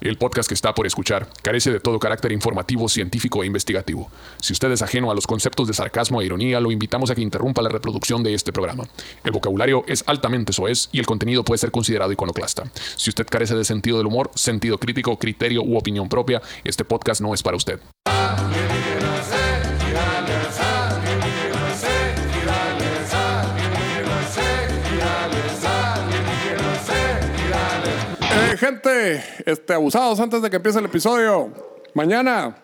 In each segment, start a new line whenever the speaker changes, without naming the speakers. El podcast que está por escuchar carece de todo carácter informativo, científico e investigativo. Si usted es ajeno a los conceptos de sarcasmo e ironía, lo invitamos a que interrumpa la reproducción de este programa. El vocabulario es altamente soez y el contenido puede ser considerado iconoclasta. Si usted carece de sentido del humor, sentido crítico, criterio u opinión propia, este podcast no es para usted.
Eh, gente, este, abusados antes de que empiece el episodio. Mañana,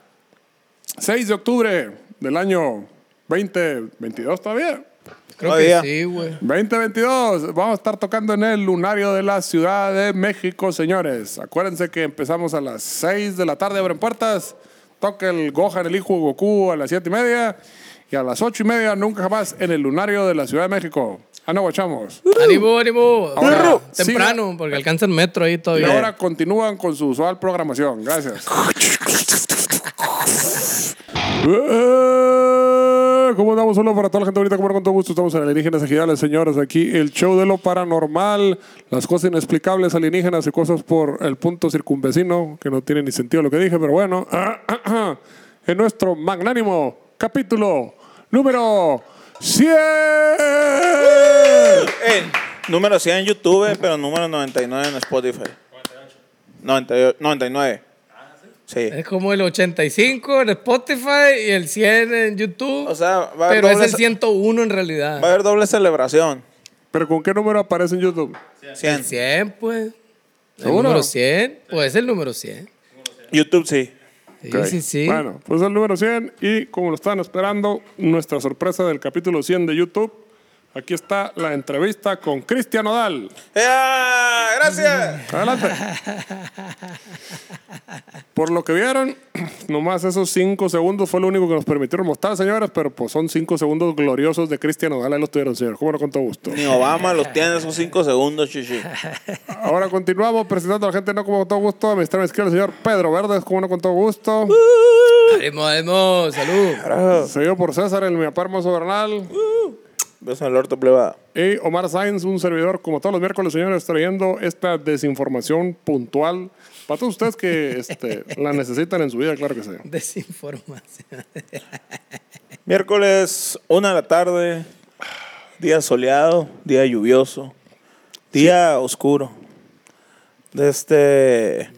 6 de octubre del año 2022 todavía.
Creo
Todavía.
que sí, güey.
2022, vamos a estar tocando en el lunario de la Ciudad de México, señores. Acuérdense que empezamos a las 6 de la tarde, abren puertas. Toca el Gohan, el hijo de Goku a las 7 y media. Y a las 8 y media, nunca jamás, en el lunario de la Ciudad de México. Ah, no, guachamos.
ánimo, ánimo.
Ahora,
Temprano, porque alcanza el metro ahí
Y
todavía.
ahora continúan con su usual programación. Gracias. Eh, ¿Cómo andamos? Solo para toda la gente ahorita, como no, con todo gusto, estamos en Alienígenas Ejidales, señores. Aquí el show de lo paranormal, las cosas inexplicables alienígenas y cosas por el punto circunvecino, que no tiene ni sentido lo que dije, pero bueno. Ah, En nuestro magnánimo capítulo número 100.
Eh, número 100 en YouTube, pero número 99 en Spotify. 98. 99. Sí.
Es como el 85 en Spotify y el 100 en YouTube.
O sea, va a haber
Pero es
doble
el
sa-
101 en
Va a
realidad.
haber doble celebración.
¿Pero con qué número aparece en YouTube?
100.
100, pues. El
¿Seguro?
número 100, pues es el número 100.
YouTube sí.
Sí,
Ok.
sí, sí.
Bueno, pues el número 100 y como lo están esperando, nuestra sorpresa del capítulo 100 de YouTube. Aquí está la entrevista con Cristian Odal.
¡Ea! ¡Gracias!
Adelante. Por lo que vieron, nomás esos 5 segundos fue lo único que nos permitieron mostrar, señores, pero pues son 5 segundos gloriosos de Cristian Odal. Ahí los tuvieron, señor. Cómo no, con todo gusto.
Ni Obama los tiene esos 5 segundos, chichi.
Ahora continuamos presentando a la gente, no como con todo gusto. A mi extrema izquierda, el señor Pedro Verdes. Cómo no, con todo gusto.
Uh. Ánimo, ánimo, salud.
Seguido por César, el mi papá hermoso Bernal.
Beso en el orto plebada.
Y Omar Sainz, un servidor, como todos los miércoles, señores, trayendo esta desinformación puntual para todos ustedes que este, la necesitan en su vida, claro que sí.
Desinformación.
Miércoles, 1 de la tarde. Día soleado, día lluvioso, día oscuro. De este.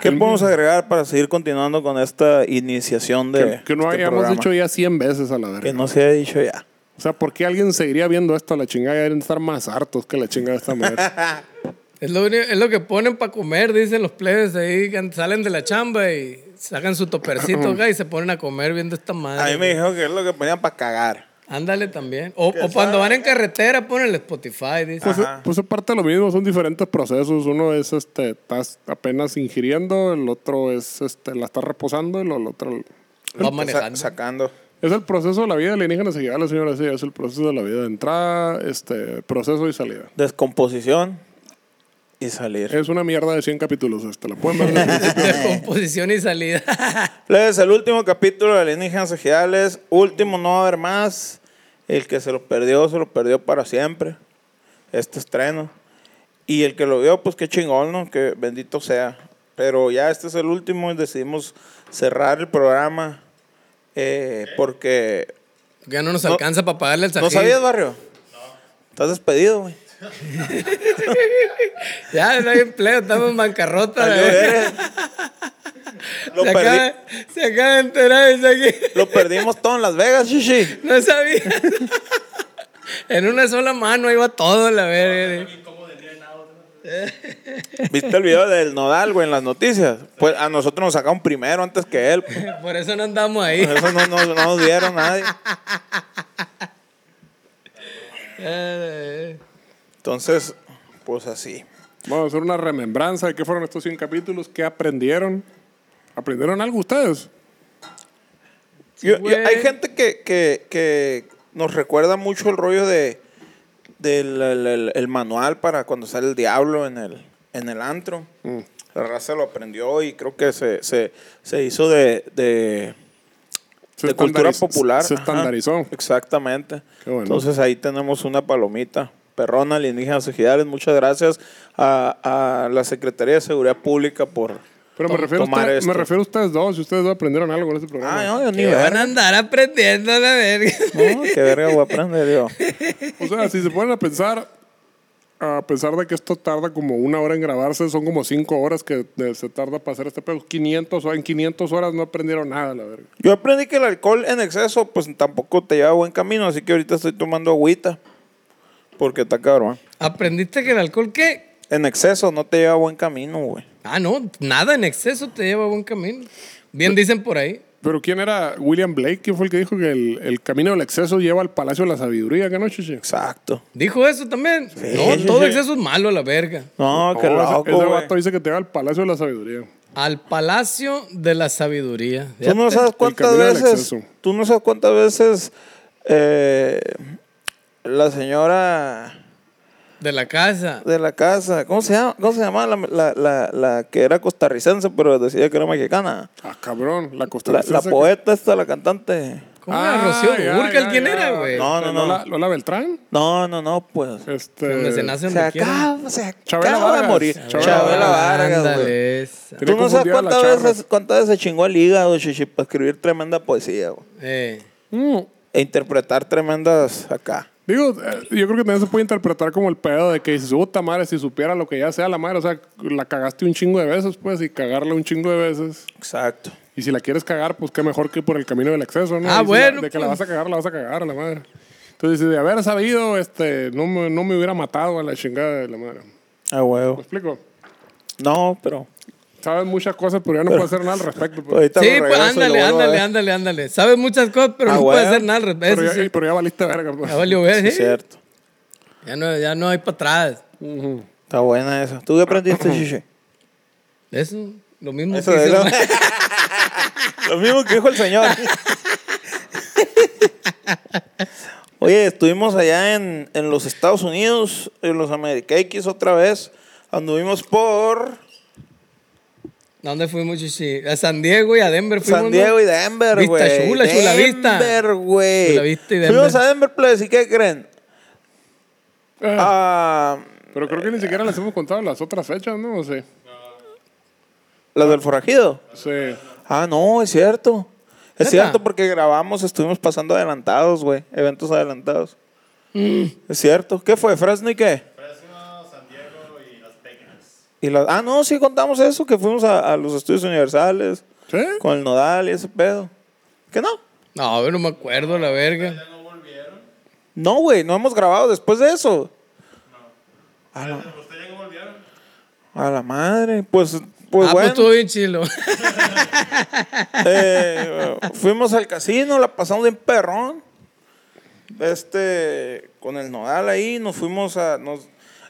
¿Qué podemos agregar para seguir continuando con esta iniciación de.
Que, que no
este
hayamos
programa?
dicho ya 100 veces a la verga.
Que no se haya dicho ya.
O sea, ¿por qué alguien seguiría viendo esto a la chingada? Ya Deben estar más hartos que la chingada de esta manera.
Es lo, único- es lo que ponen para comer, dicen los plebes ahí, que salen de la chamba y sacan su topercito acá y se ponen a comer viendo esta
Ah,
A
madre.
mí me dijeron que es lo que ponían para cagar.
Ándale también. O, o cuando van en carretera, ponen el Spotify, dice.
pues, pues es parte de lo mismo, son diferentes procesos. Uno es, este, estás apenas ingiriendo, el otro es, este, la estás reposando y lo- el otro...
Va
Sa-
manejando.
sacando.
Es el proceso de la vida alienígena, seguida la señora sí, es el proceso de la vida de entrada, este, proceso y salida.
Descomposición y salir.
Es una mierda de 100 capítulos, este, la pueden ver. en el principio.
Composición y salida.
Plebes, el último capítulo de Alienígenas Ejidales. Último, no va a haber más. El que se lo perdió, se lo perdió para siempre. Este estreno. Y el que lo vio, pues qué chingón, ¿no? Que bendito sea. Pero ya este es el último y decidimos cerrar el programa. eh, porque.
Ya no nos
No-
alcanza para pagarle el
¿No
sajín.
sabías, barrio? No. Estás despedido, güey.
Ya no hay empleo, estamos en bancarrota. la verga.
Lo,
se,
perdi-
acaba, se acaba de enterar ese aquí.
lo perdimos todo en Las Vegas, chichi.
No sabía. en una sola mano iba todo, la verga.
¿Viste el video del Nodal, güey, en las noticias? Pues a nosotros nos sacaron primero antes que él. pues.
Por eso no andamos ahí.
Por eso no, no- no nos dieron nadie.
Eh,
Entonces, pues así.
Vamos a hacer una remembranza de qué fueron estos 100 capítulos, qué aprendieron. ¿Aprendieron algo ustedes?
Yo- yo-
güey.
hay gente que, que- que nos recuerda mucho el rollo de del el- el- el manual para cuando sale el diablo en el, en el antro. La raza lo aprendió y creo que se, se, se hizo de- de de cultura
estandariz-
popular.
Se
ajá.
estandarizó.
Exactamente.
Qué bueno.
Entonces ahí tenemos una palomita. Perrona, alienígenas ejidales, muchas gracias a, a la Secretaría de Seguridad Pública por
Pero me refiero, a
tomar
usted-
esto.
me refiero a ustedes dos, si ustedes dos aprendieron algo en este programa.
Ah, no, yo ni
Que van a
verga.
andar aprendiendo la verga.
No, qué verga voy a aprender, digo.
O sea, si se ponen a pensar, a pesar de que esto tarda como una hora en grabarse, son como cinco horas que eh, se tarda para hacer este pedo. 500, o- en 500 horas no aprendieron nada, la verga.
Yo aprendí que el alcohol en exceso, pues tampoco te lleva a buen camino, así que ahorita estoy tomando agüita. Porque está cabrón.
¿Aprendiste que el alcohol qué?
En exceso no te lleva a buen camino, güey.
Ah, no, nada en exceso te lleva a buen camino. Bien dicen por ahí.
Pero ¿quién era William Blake? ¿Quién fue el que dijo que el, el camino del exceso lleva al Palacio de la Sabiduría? ¿Qué no, chiche?
Exacto.
¿Dijo eso también? no,
sí,
todo
sí.
exceso es malo a la verga.
No, Ah, qué
Oh, ese-
loco,
ese,
güey.
vato dice que te va al Palacio de la Sabiduría.
Al palacio de la sabiduría.
Tú no sabes cuántas
camino del
veces.
exceso.
Tú no sabes cuántas veces. eh, la señora
De la casa.
de la casa. ¿Cómo se llama? ¿Cómo se llamaba la, la- la- la que era costarricense, pero decía que era mexicana?
Ah, cabrón, la costa
La, la poeta esta, la cantante.
¿Cómo era
Ah,
Rocío Burcal? ¿Quién era, güey?
No, no, no.
Lola, Lola Beltrán.
No, no, no,
Donde
pues.
se
Este,
nace
Se
donde quiera.
acaba, se
Chabela
acaba de
Vargas.
morir.
Chabela
Chabela Vargas, güey.
Ándale, esa.
Tenía
Tú no sabes
confundida la
cuántas
charra.
veces, cuántas veces se chingó el hígado, chichi, para escribir tremenda poesía, güey.
Eh,
Mm.
E interpretar tremendas acá.
Digo, eh, yo creo que también se puede interpretar como el pedo de que dices, puta madre, si supiera lo que ya sea la madre, o sea, la cagaste un chingo de veces, pues, y cagarla un chingo de veces.
Exacto.
Y si la quieres cagar, pues qué mejor que por el camino del exceso, ¿no? Y
Ah,
si la-
bueno,
de que la
pues.
vas a cagar, la vas a cagar a la madre. Entonces, si de haber sabido, este, no me, no me hubiera matado a la chingada de la madre. ¿Me
A huevo.
explico?
No, pero.
Sabes muchas cosas, pero ya no puedo hacer nada al respecto. pues.
Ahorita
Sí,
lo
pues
regreso y lo
ándale,
vuelvo a
ándale,
ver.
ándale, ándale. Sabes muchas cosas, pero
Ah,
no
bueno.
puedes hacer nada al respecto.
pero, ya,
Eso sí.
pero ya valiste verga. pues.
Ya valió ver,
Sí,
sí.
cierto.
Ya no, ya no hay para atrás.
Está buena esa. ¿Tú qué aprendiste, chichi?
Eso, lo mismo
Eso
que
de
hizo-
lo... lo mismo que dijo el señor. Oye, estuvimos allá en, en los Estados Unidos, en los Americaquis otra vez. Anduvimos por
¿A dónde fuimos, Chichi? A San Diego y a Denver fuimos.
San
¿no?
Diego y Denver,
Vista
güey.
chula, chula vista.
Denver, güey.
Chula vista y Denver.
Fuimos a Denver, please. ¿Y qué creen?
Ah,
Ah,
pero creo que ni siquiera les hemos contado las otras fechas, ¿no? O sea,
¿Las del forajido?
sí.
Ah, no, es cierto. Es
¿Neta?
cierto porque grabamos, estuvimos pasando adelantados, güey. Eventos adelantados.
Mm.
Es cierto. ¿Qué fue? ¿Fresno y qué? Y las, ah, no, sí contamos eso, que fuimos a, a los estudios universales
¿Sí?
con el Nodal y ese pedo. ¿Qué no?
No, yo no me acuerdo, la verga.
No, güey, no hemos grabado después de eso. A la, a la madre. Pues, pues
ah, pues
bueno.
estuvo bien chilo.
Eh, fuimos al casino, la pasamos bien perrón. Este, con el nodal ahí, nos fuimos a. Nos,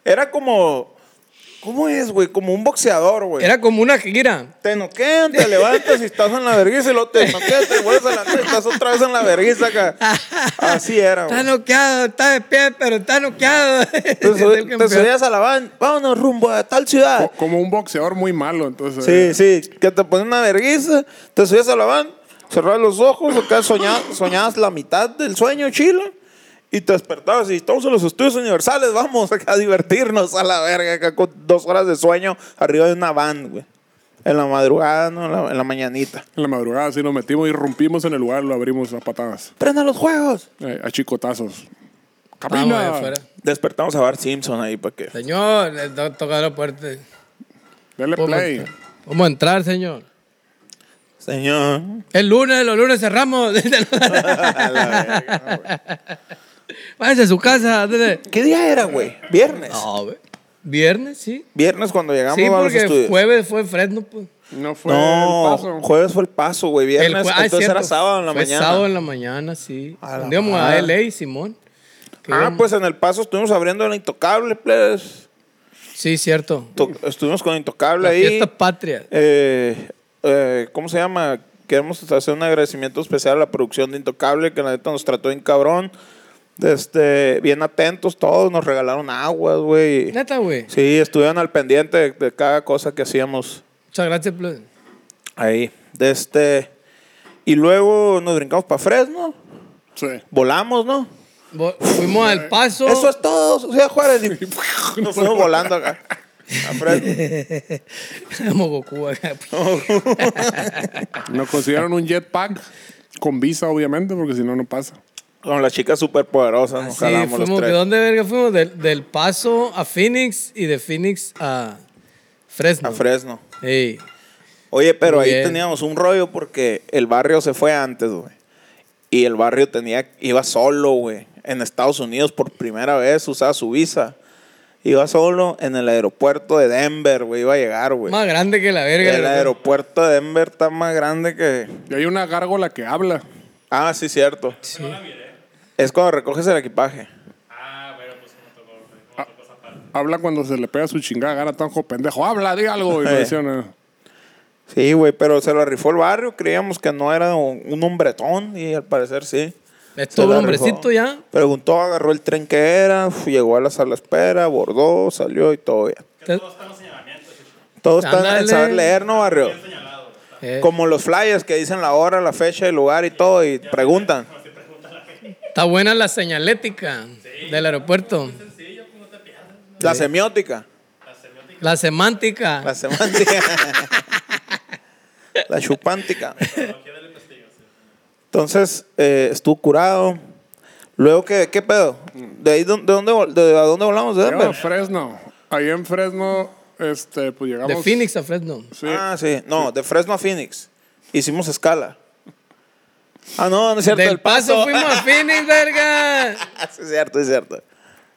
era como. ¿Cómo es, güey? Como un boxeador, güey.
Era como una gira.
Te noquean, te levantas y estás en la vergüenza y luego te noqueas, te vuelves a levantar y estás otra vez en la vergüenza acá. Así era,
Está
güey.
noqueado, está de pie, pero está noqueado.
Ah, Te,
Es
sub-
el
te
campeón.
subías a la van, vámonos rumbo a tal ciudad.
Co- Como un boxeador muy malo, entonces.
Ah.
eh,
Sí, sí, que te ponen una vergüenza, te subías a la van, cerrabas los ojos, acá soñabas, soñabas la mitad del sueño chilo y te despertabas y estamos en los estudios universales, vamos acá a divertirnos a la verga, acá con dos horas de sueño arriba de una van, güey. En la madrugada, ¿no? En la, en la mañanita.
En la madrugada sí nos metimos y rompimos en el lugar, lo abrimos a patadas,
¡Prendan los juegos!
eh, a chicotazos.
Vamos, allá
¡Camina!
afuera.
Despertamos a Bart Simpson ahí para que...
Señor, eh, to- toca la puerta.
Dale
¿Cómo
play.
entrar? ¿Cómo entrar, señor?
Señor.
El lunes, los lunes cerramos.
A la verga.
Váyanse a su casa. dele.
¿Qué día era, güey? ¿Viernes?
No, güey. Viernes, sí.
Viernes cuando llegamos
Sí,
a los
porque
estudios.
jueves fue Fresno, pues.
No fue
No,
el paso.
jueves fue el paso, güey.
El
Viernes,
jue- ah, es
entonces era
cierto.
sábado en la
Fue
mañana.
Sábado en la mañana, sí.
A la
Íbamos a
madre.
LA, Simón. Que
Ah,
íbamos-
pues en el paso estuvimos abriendo la Intocable, plebes.
Sí, cierto.
To- Estuvimos con Intocable
La
ahí.
fiesta patria.
Eh, eh, ¿Cómo se llama? Queremos hacer un agradecimiento especial a la producción de Intocable, que la neta nos trató bien cabrón. Este, bien atentos todos, nos regalaron aguas, güey.
Neta, güey.
Sí, estuvieron al pendiente de, de cada cosa que hacíamos
Muchas gracias, pues.
ahí. De este, y luego nos brincamos para Fresno,
Sí.
volamos, ¿no?
Vo- Fuimos al paso.
Eso es todo, o sea, Juárez. y nos fuimos volando acá. A Fresno.
Como Goku acá.
Nos consideraron un jetpack con visa, obviamente, porque si no, no pasa.
Con las chicas superpoderosas nos
Ah, Sí,
jalamos los
fuimos, ¿de
tres.
dónde verga fuimos? Del, del Paso a Phoenix y de Phoenix a Fresno.
A Fresno.
Ey.
Oye, pero
Muy
ahí
bien.
teníamos un rollo porque el barrio se fue antes, güey. Y el barrio tenía, iba solo, güey. En Estados Unidos por primera vez usaba su visa. Iba solo en el aeropuerto de Denver, güey. Iba a llegar, güey.
Más grande que la verga.
El
la-
aeropuerto de Denver está más grande que...
Y hay una gárgola que habla.
Ah, sí, cierto. Es cuando recoges el equipaje.
Habla cuando se le pega su chingada gana tanjo pendejo. Habla, di algo. Y
Eh.
no decía nada.
Sí, güey, pero se lo rifó el barrio. Creíamos que no era un un hombretón y al parecer sí.
Es
Se
todo
la
hombrecito
rifó.
ya.
Preguntó, agarró el tren que era, fu- llegó a la sala de espera, abordó, salió y todo bien.
Te-
Todos están
Ándale.
en saber leer, ¿no, barrio?
eh,
Como los flyers que dicen la hora, la fecha, el lugar y todo, y preguntan.
Está buena la señalética del aeropuerto.
La semiótica.
La semántica.
La semántica. la chupántica. Entonces, eh, estuvo curado. Luego, ¿qué, qué pedo? ¿De ahí dó- de dónde, vol- de, a dónde volamos? ¿De
Llegamos a
Denver?
Fresno. Ahí en Fresno, este, pues llegamos.
de Phoenix a Fresno.
Sí.
Ah, sí. No, de Fresno a Phoenix. Hicimos escala. Ah, no, no es cierto.
Del paso fuimos a Phoenix, verga.
sí, es cierto, es cierto.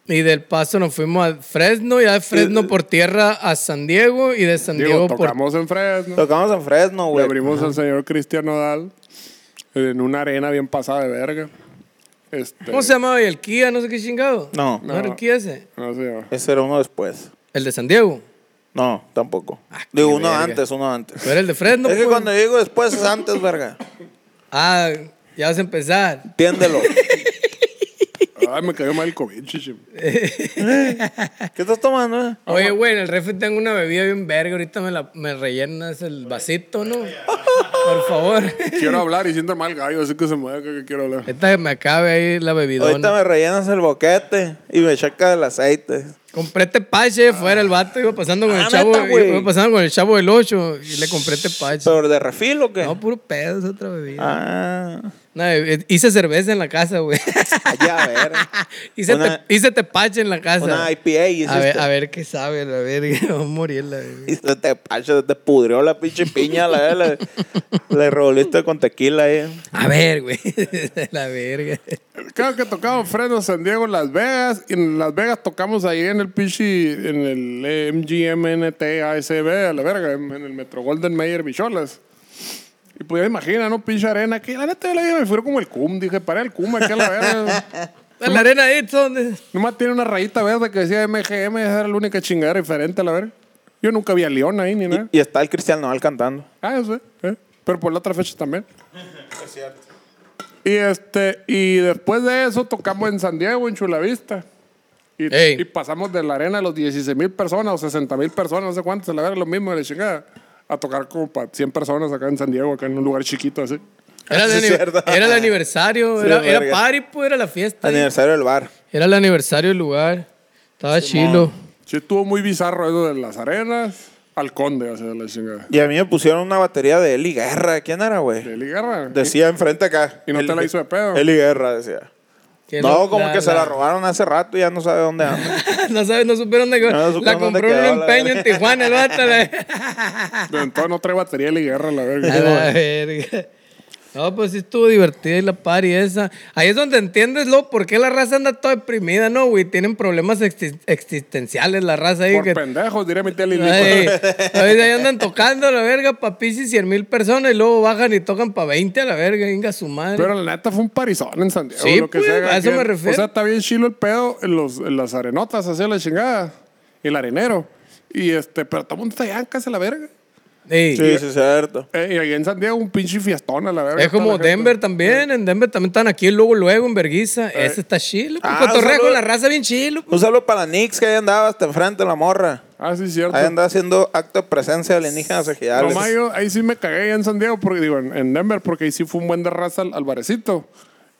Y del paso nos fuimos a Fresno, ya de Fresno por tierra a San Diego y de San
Digo,
Diego por
tocamos en Fresno.
Tocamos en Fresno,
Le
güey.
abrimos al señor Cristian Nodal en una arena bien pasada de verga. Este,
¿Cómo se llamaba? ¿Y el Kia? No sé qué chingado.
No.
¿No era el Kia ese?
No sé.
Ese era uno después.
¿El de San Diego?
No, tampoco.
qué
Digo, uno
verga.
antes, uno antes.
¿No era el de Fresno?
es que
pues?
cuando digo después es antes, verga.
Ah, ya vas a empezar.
Entiéndelo.
Ay, me cayó mal el COVID, chichi.
¿Qué estás tomando, eh?
Oye, güey, en el refri tengo una bebida bien verga. Ahorita me, la, me rellenas el vasito, ¿no? Por favor.
Quiero hablar y siento mal gallo, así que se me da que quiero hablar.
Esta que me acabe ahí la
Ahorita
bebidona.
me rellenas el boquete y me chacas el aceite.
Compré este pache fuera el vato. Iba pasando con
Ah,
el chavo.
neta, güey.
iba pasando con el chavo del 8 y le compré este pache.
¿Pero de refil o qué?
No, puro pedo, es otra bebida.
Ah,
No, eh, hice cerveza en la casa, güey.
allá, Ah, a ver.
hice,
Una-
te, hice tepache en la casa.
Una IPA hiciste.
a, ver, a ver qué sabe, la verga. Vamos a morir, la verga.
Y se te, pacho, se te pudrió la pinche piña, la le, le revoliste con tequila ahí.
A ver, güey. la verga.
Claro que tocamos Fresno, San Diego, Las Vegas. Y en Las Vegas tocamos ahí en el pichi, en el eh, MGMNT ASB, a la verga, en en el Metro Golden Mayer Bicholas. Y pues ya imagina, ¿no? Pinche arena. Que la neta de la vida me fui como el cum. Dije, para el cum aquí a la verga.
Pues La arena ahí, ¿dónde?
Nomás tiene una rayita verde que decía MGM, esa era la única chingada diferente, la verga. Yo nunca vi a León ahí ni nada.
Y, y está el Cristian Nodal cantando.
Ah, eso, eh. Pero por la otra fecha también. Y este, y después de eso tocamos en San Diego, en Chulavista. Y,
Ey.
y pasamos de la arena a los 16 mil personas o 60 mil personas, no sé cuántos, la verga, lo mismo de la chingada. A tocar como para 100 personas acá en San Diego, acá en un lugar chiquito así.
Era,
Sí,
de
es
ani-
cierto.
era el aniversario,
Sí,
era,
verga.
era party, pues era la fiesta. ahí.
Aniversario del bar.
Era el aniversario del lugar. Estaba chilo.
Sí, estuvo muy bizarro eso de las arenas al conde, así de la chingada.
Y a mí me pusieron una batería de Eli Guerra. ¿Quién era,
De
güey?
Eli Guerra.
Decía enfrente acá.
¿Y no te la hizo de pedo?
Eli Guerra, decía.
Que
No, como que se la
la-
robaron hace rato y ya no sabe dónde anda.
no sabes, no supieron de qué.
No, no supieron
la
dónde
compró en
quedó,
un
la
empeño en
verga.
Tijuana, el vato. la-
Entonces no trae batería Eli Guerra, la verga.
A la verga. No, pues sí estuvo divertida y la party esa. Ahí es donde entiendes, lo por qué la raza anda toda deprimida, ¿no, güey? Tienen problemas exi- existenciales la raza ahí.
Por
que-
pendejos, diría mi tía Lili.
Ay, ahorita ahí andan tocando a la verga pa' y 100 mil personas y luego bajan y tocan pa' 20 a la verga, venga su madre.
Pero la neta fue un parizón en San Diego.
Sí,
lo que
pues,
se haga
a eso
aquí.
me refiero.
O sea, está bien chilo el pedo en, los, en las arenotas, así a la chingada. El arenero. Y este, pero todo el mundo está allá, casi a la verga.
Ey,
Sí, sí, es cierto.
Eh, y allá en San Diego un pinche fiestón a la verga.
Es como
Toda la gente.
Denver también, en Denver también están aquí luego, luego en Berguiza. Ese está chilo, pues,
Ah,
cotorrea
saludo.
con la raza bien chilo. pues.
Un saludo para la Nix que ahí andaba hasta enfrente de la morra.
Ah, sí, cierto.
Ahí andaba haciendo acto de presencia de alienígenas ejidales.
Nomás yo, ahí sí me cagué allá en San Diego, porque, digo, en, en Denver, porque ahí sí fue un buen de raza al, al barecito.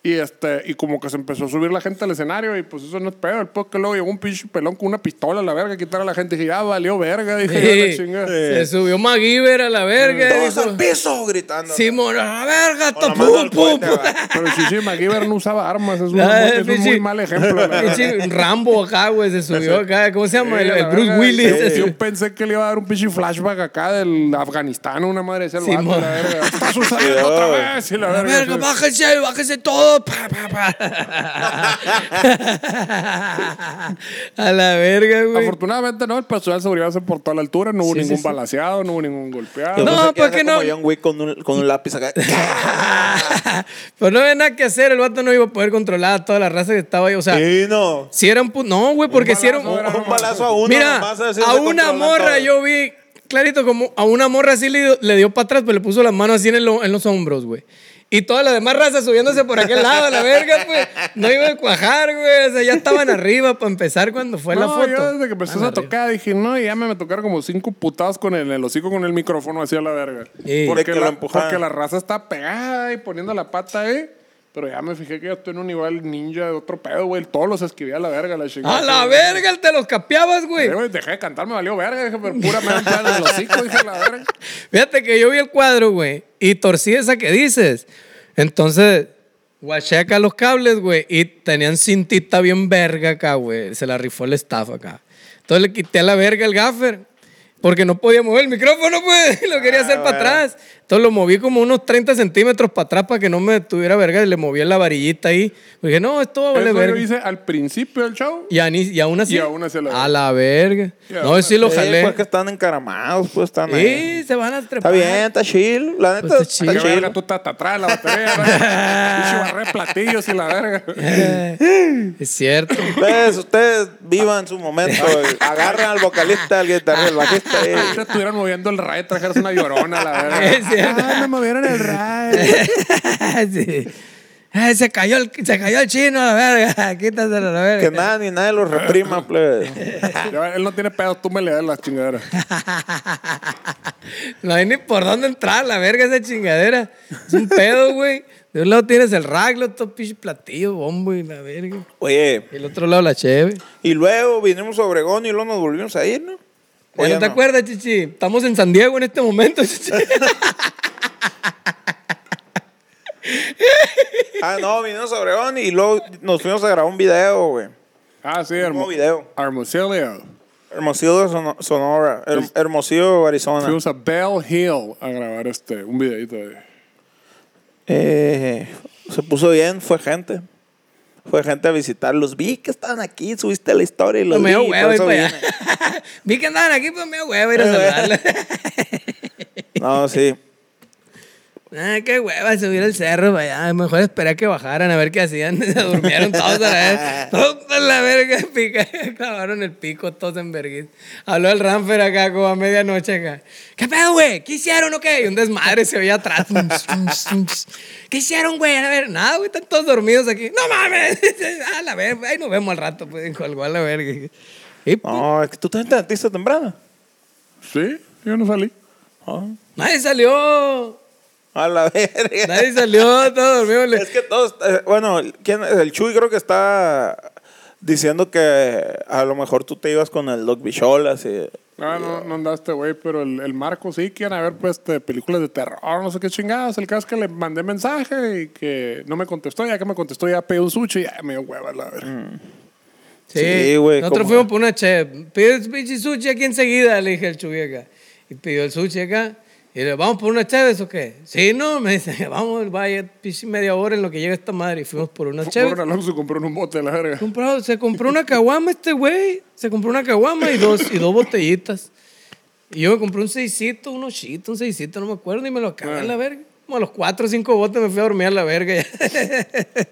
Y, este, y como que se empezó a subir la gente al escenario y pues eso no es pedo. El podcast luego llegó un pinche pelón con una pistola a la verga a quitar a la gente. Y dije, ya valió verga. Dije, yo, la
Sí.
chinga.
Se subió MacGyver a la verga. y
Todos
dijo,
al piso gritando.
Simón, a la verga,
Con la
to-
mano
pum,
al
pum,
cohete, va.
Pero sí, sí, MacGyver no usaba armas. Es un,
Ah,
muy- es un
pinche-
muy mal ejemplo. la verdad.
Pinche Rambo acá, güey, se subió acá. ¿Cómo se llama? El, el
la
Bruce
verga,
Willis.
yo-
se
Yo,
subió.
pensé que le iba a dar un pinche flashback acá del Afganistán, una madre decía el
Sí,
vato,
mo-
la verga. Está sucediendo
Sí,
otra
no,
vez. Y la
A la
verga.
verga,
sí.
bájense, bájense todo. Pa, pa, pa. a la verga, güey.
Afortunadamente, no, el personal de seguridad se portó a la altura, no hubo
Sí, sí,
ningún
sí.
balaseado, no hubo ningún golpeado.
Yo
No,
pensé que
¿por
era
qué no?
Como John Wick con un, con un lápiz acá.
Pero Pues no había nada que hacer, el vato no iba a poder controlar a toda la raza que estaba ahí. O sea,
Sí, no.
si era un pu- No, güey, porque si era un.
balazo era
Un balazo a uno.
Mira,
nomás así
a
se
una
controlan
morra
todo.
yo vi, clarito, como a una morra así le, dio- le dio para atrás, pero le puso las manos así en, el- en los hombros, güey. Y toda la demás raza subiéndose por aquel lado, a la verga, güey. No iba a cuajar, güey. O sea, ya estaban arriba para empezar cuando fue la
No,
foto.
yo desde que empezó
Estaban
a tocar dije, no, y ya me, me tocaron como cinco putados con el, el hocico con el micrófono hacia la verga.
Sí.
De que
Porque,
lo
la,
empujaban.
porque la raza está pegada y poniendo la pata ahí. Pero ya me fijé que yo estoy en un nivel ninja de otro pedo, güey. Todos los esquivé a la verga, la
arriba.
chingada.
A la verga, te los capeabas,
Sí,
güey.
güey, dejé de cantar, me valió verga, dije, pero pura me dan de los hocico, dije la verga.
Fíjate que yo vi el cuadro, güey, y torcí esa que dices. Entonces, guacheca los cables, güey, y tenían cintita bien verga acá, güey. Se la rifó el staff acá. Entonces le quité a la verga el gaffer, porque no podía mover el micrófono, pues, y lo quería
Ah,
hacer para atrás. Entonces lo moví como unos 30 centímetros para atrás para que no me tuviera verga y le moví la varillita ahí. Pues Dije, no, esto va a valer
Eso yo
verga.
hice al principio del show.
Y, ani- y aún así.
Y aún así a la
a la verga.
Y
No,
aún
sí lo
Sí,
jalé.
Porque están encaramados, pues están ahí.
Y se van a trepar.
Está bien, está chill. La neta
Pues, está
está
Que
chill.
chill.
verga, tú estás hasta atrás, la batería, ¿verdad? Y barré platillos y la verga.
Es cierto.
Ustedes, ustedes vivan su momento. güey. Agarran al vocalista, al guitarrista, al bajista.
Si
eh.
te estuvieran moviendo el raid, trajeras una llorona, la
Es cierto.
verga. Ah, me movieron el raid.
Sí. Ay, se cayó el, se cayó el chino a la verga. Quítate la verga.
Que nada ni nadie los reprima, pues. plebe.
Ya, Él no tiene pedos, tú me le das las chingaderas.
No hay ni por dónde entrar, la verga, esa chingadera. Es un pedo, güey. De un lado tienes el raglo, otro pinche platillo, bombo y la verga.
Oye,
Y el otro lado la cheve.
y luego vinimos a Obregón y luego nos volvimos a ir, ¿no?
Ya
Oye,
no te acuerdas, chichi. Estamos en San Diego en este momento, chichi.
Ah, no, vinimos a Obregón y luego nos fuimos a grabar un video, güey.
Ah, sí,
Un
hermoso.
video.
Hermosillo.
Hermosillo, Sono- Sonora. Her- Hermosillo, Arizona.
Fuimos a Bell Hill a grabar este, un videito. de-
Eh, se puso bien, fue gente. Fue gente a visitarlos. Vi que estaban aquí, subiste la historia y los
me
vi.
dio
y por
huevo y
eso
para allá.
vine.
Vi que andaban aquí, pues me dio huevo ir a saludarla.
No, sí.
Ah, qué hueva subir el cerro para allá. Mejor esperar que bajaran a ver qué hacían. Se durmieron todos a la verga. Todos a la verga pica. Acabaron el pico todos en verguiz. Habló el Ramfer acá como a medianoche acá. ¿Qué pedo, güey? ¿Qué hicieron o qué? Y un desmadre se oía atrás. ¿Qué hicieron, güey? A ver, nada, güey. Están todos dormidos aquí. ¡No mames! A la verga. Ahí nos vemos al rato. Pues dijo algo a la verga. Y pu-
No, es que tú te sentiste temprano.
Sí, yo no salí.
No.
nadie salió.
A la verga.
Nadie salió. Todos dormidos. Le-
Es que todos, eh, bueno, ¿quién es? el Chuy creo que está diciendo que a lo mejor tú te ibas con el Doc Bicholas y...
No, Ah, no, no andaste, güey, pero el, el Marco sí quieren a ver pues, este, películas de terror, no sé qué chingados. El caso es que le mandé mensaje y que no me contestó, ya que me contestó ya pedí un sushi, ya me dio hueva la verga.
Mm. Sí,
Sí, güey,
Nosotros
¿cómo?
fuimos por una che. Pidió el pinche sushi aquí enseguida, le dije al chubi acá. Y pidió el sushi acá. Y le digo, ¿vamos por una chaves o qué? Sí, no, me dice, vamos, vaya pinche media hora en lo que llega esta madre. Y fuimos por una chaves.
Fueron al Oxxo y compraron un bote la verga.
Comprado- se compró una caguama este güey. Se compró una caguama y dos, y dos botellitas. Y yo me compré un seisito, unos chitos, un seisito, no me acuerdo, y me lo acabé a la verga. Como a los cuatro o cinco botes me fui a dormir a la verga.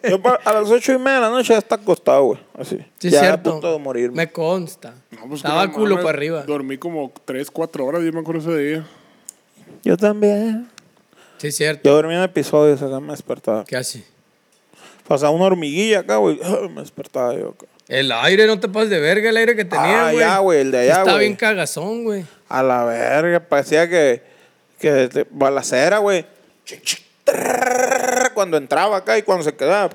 Yo pa- a las ocho y media de la noche ya está acostado, güey. Así.
sí,
ya
es
a punto de morir.
Me consta.
No, pues,
Estaba
no
culo
mames,
para arriba.
Dormí como 3, 4 horas, yo me acuerdo ese día.
Yo también.
Sí, es cierto.
Yo dormí un episodio, o sea, me despertaba.
¿Qué hace?
Pasaba una hormiguilla acá, güey. Me despertaba yo acá.
El aire, no te pases de verga el aire que tenía,
Ah,
güey.
ya, güey, el de allá,
Está
güey.
bien cagazón, güey.
A la verga, parecía que, este, que te- balacera, güey. Cuando entraba acá y cuando se quedaba,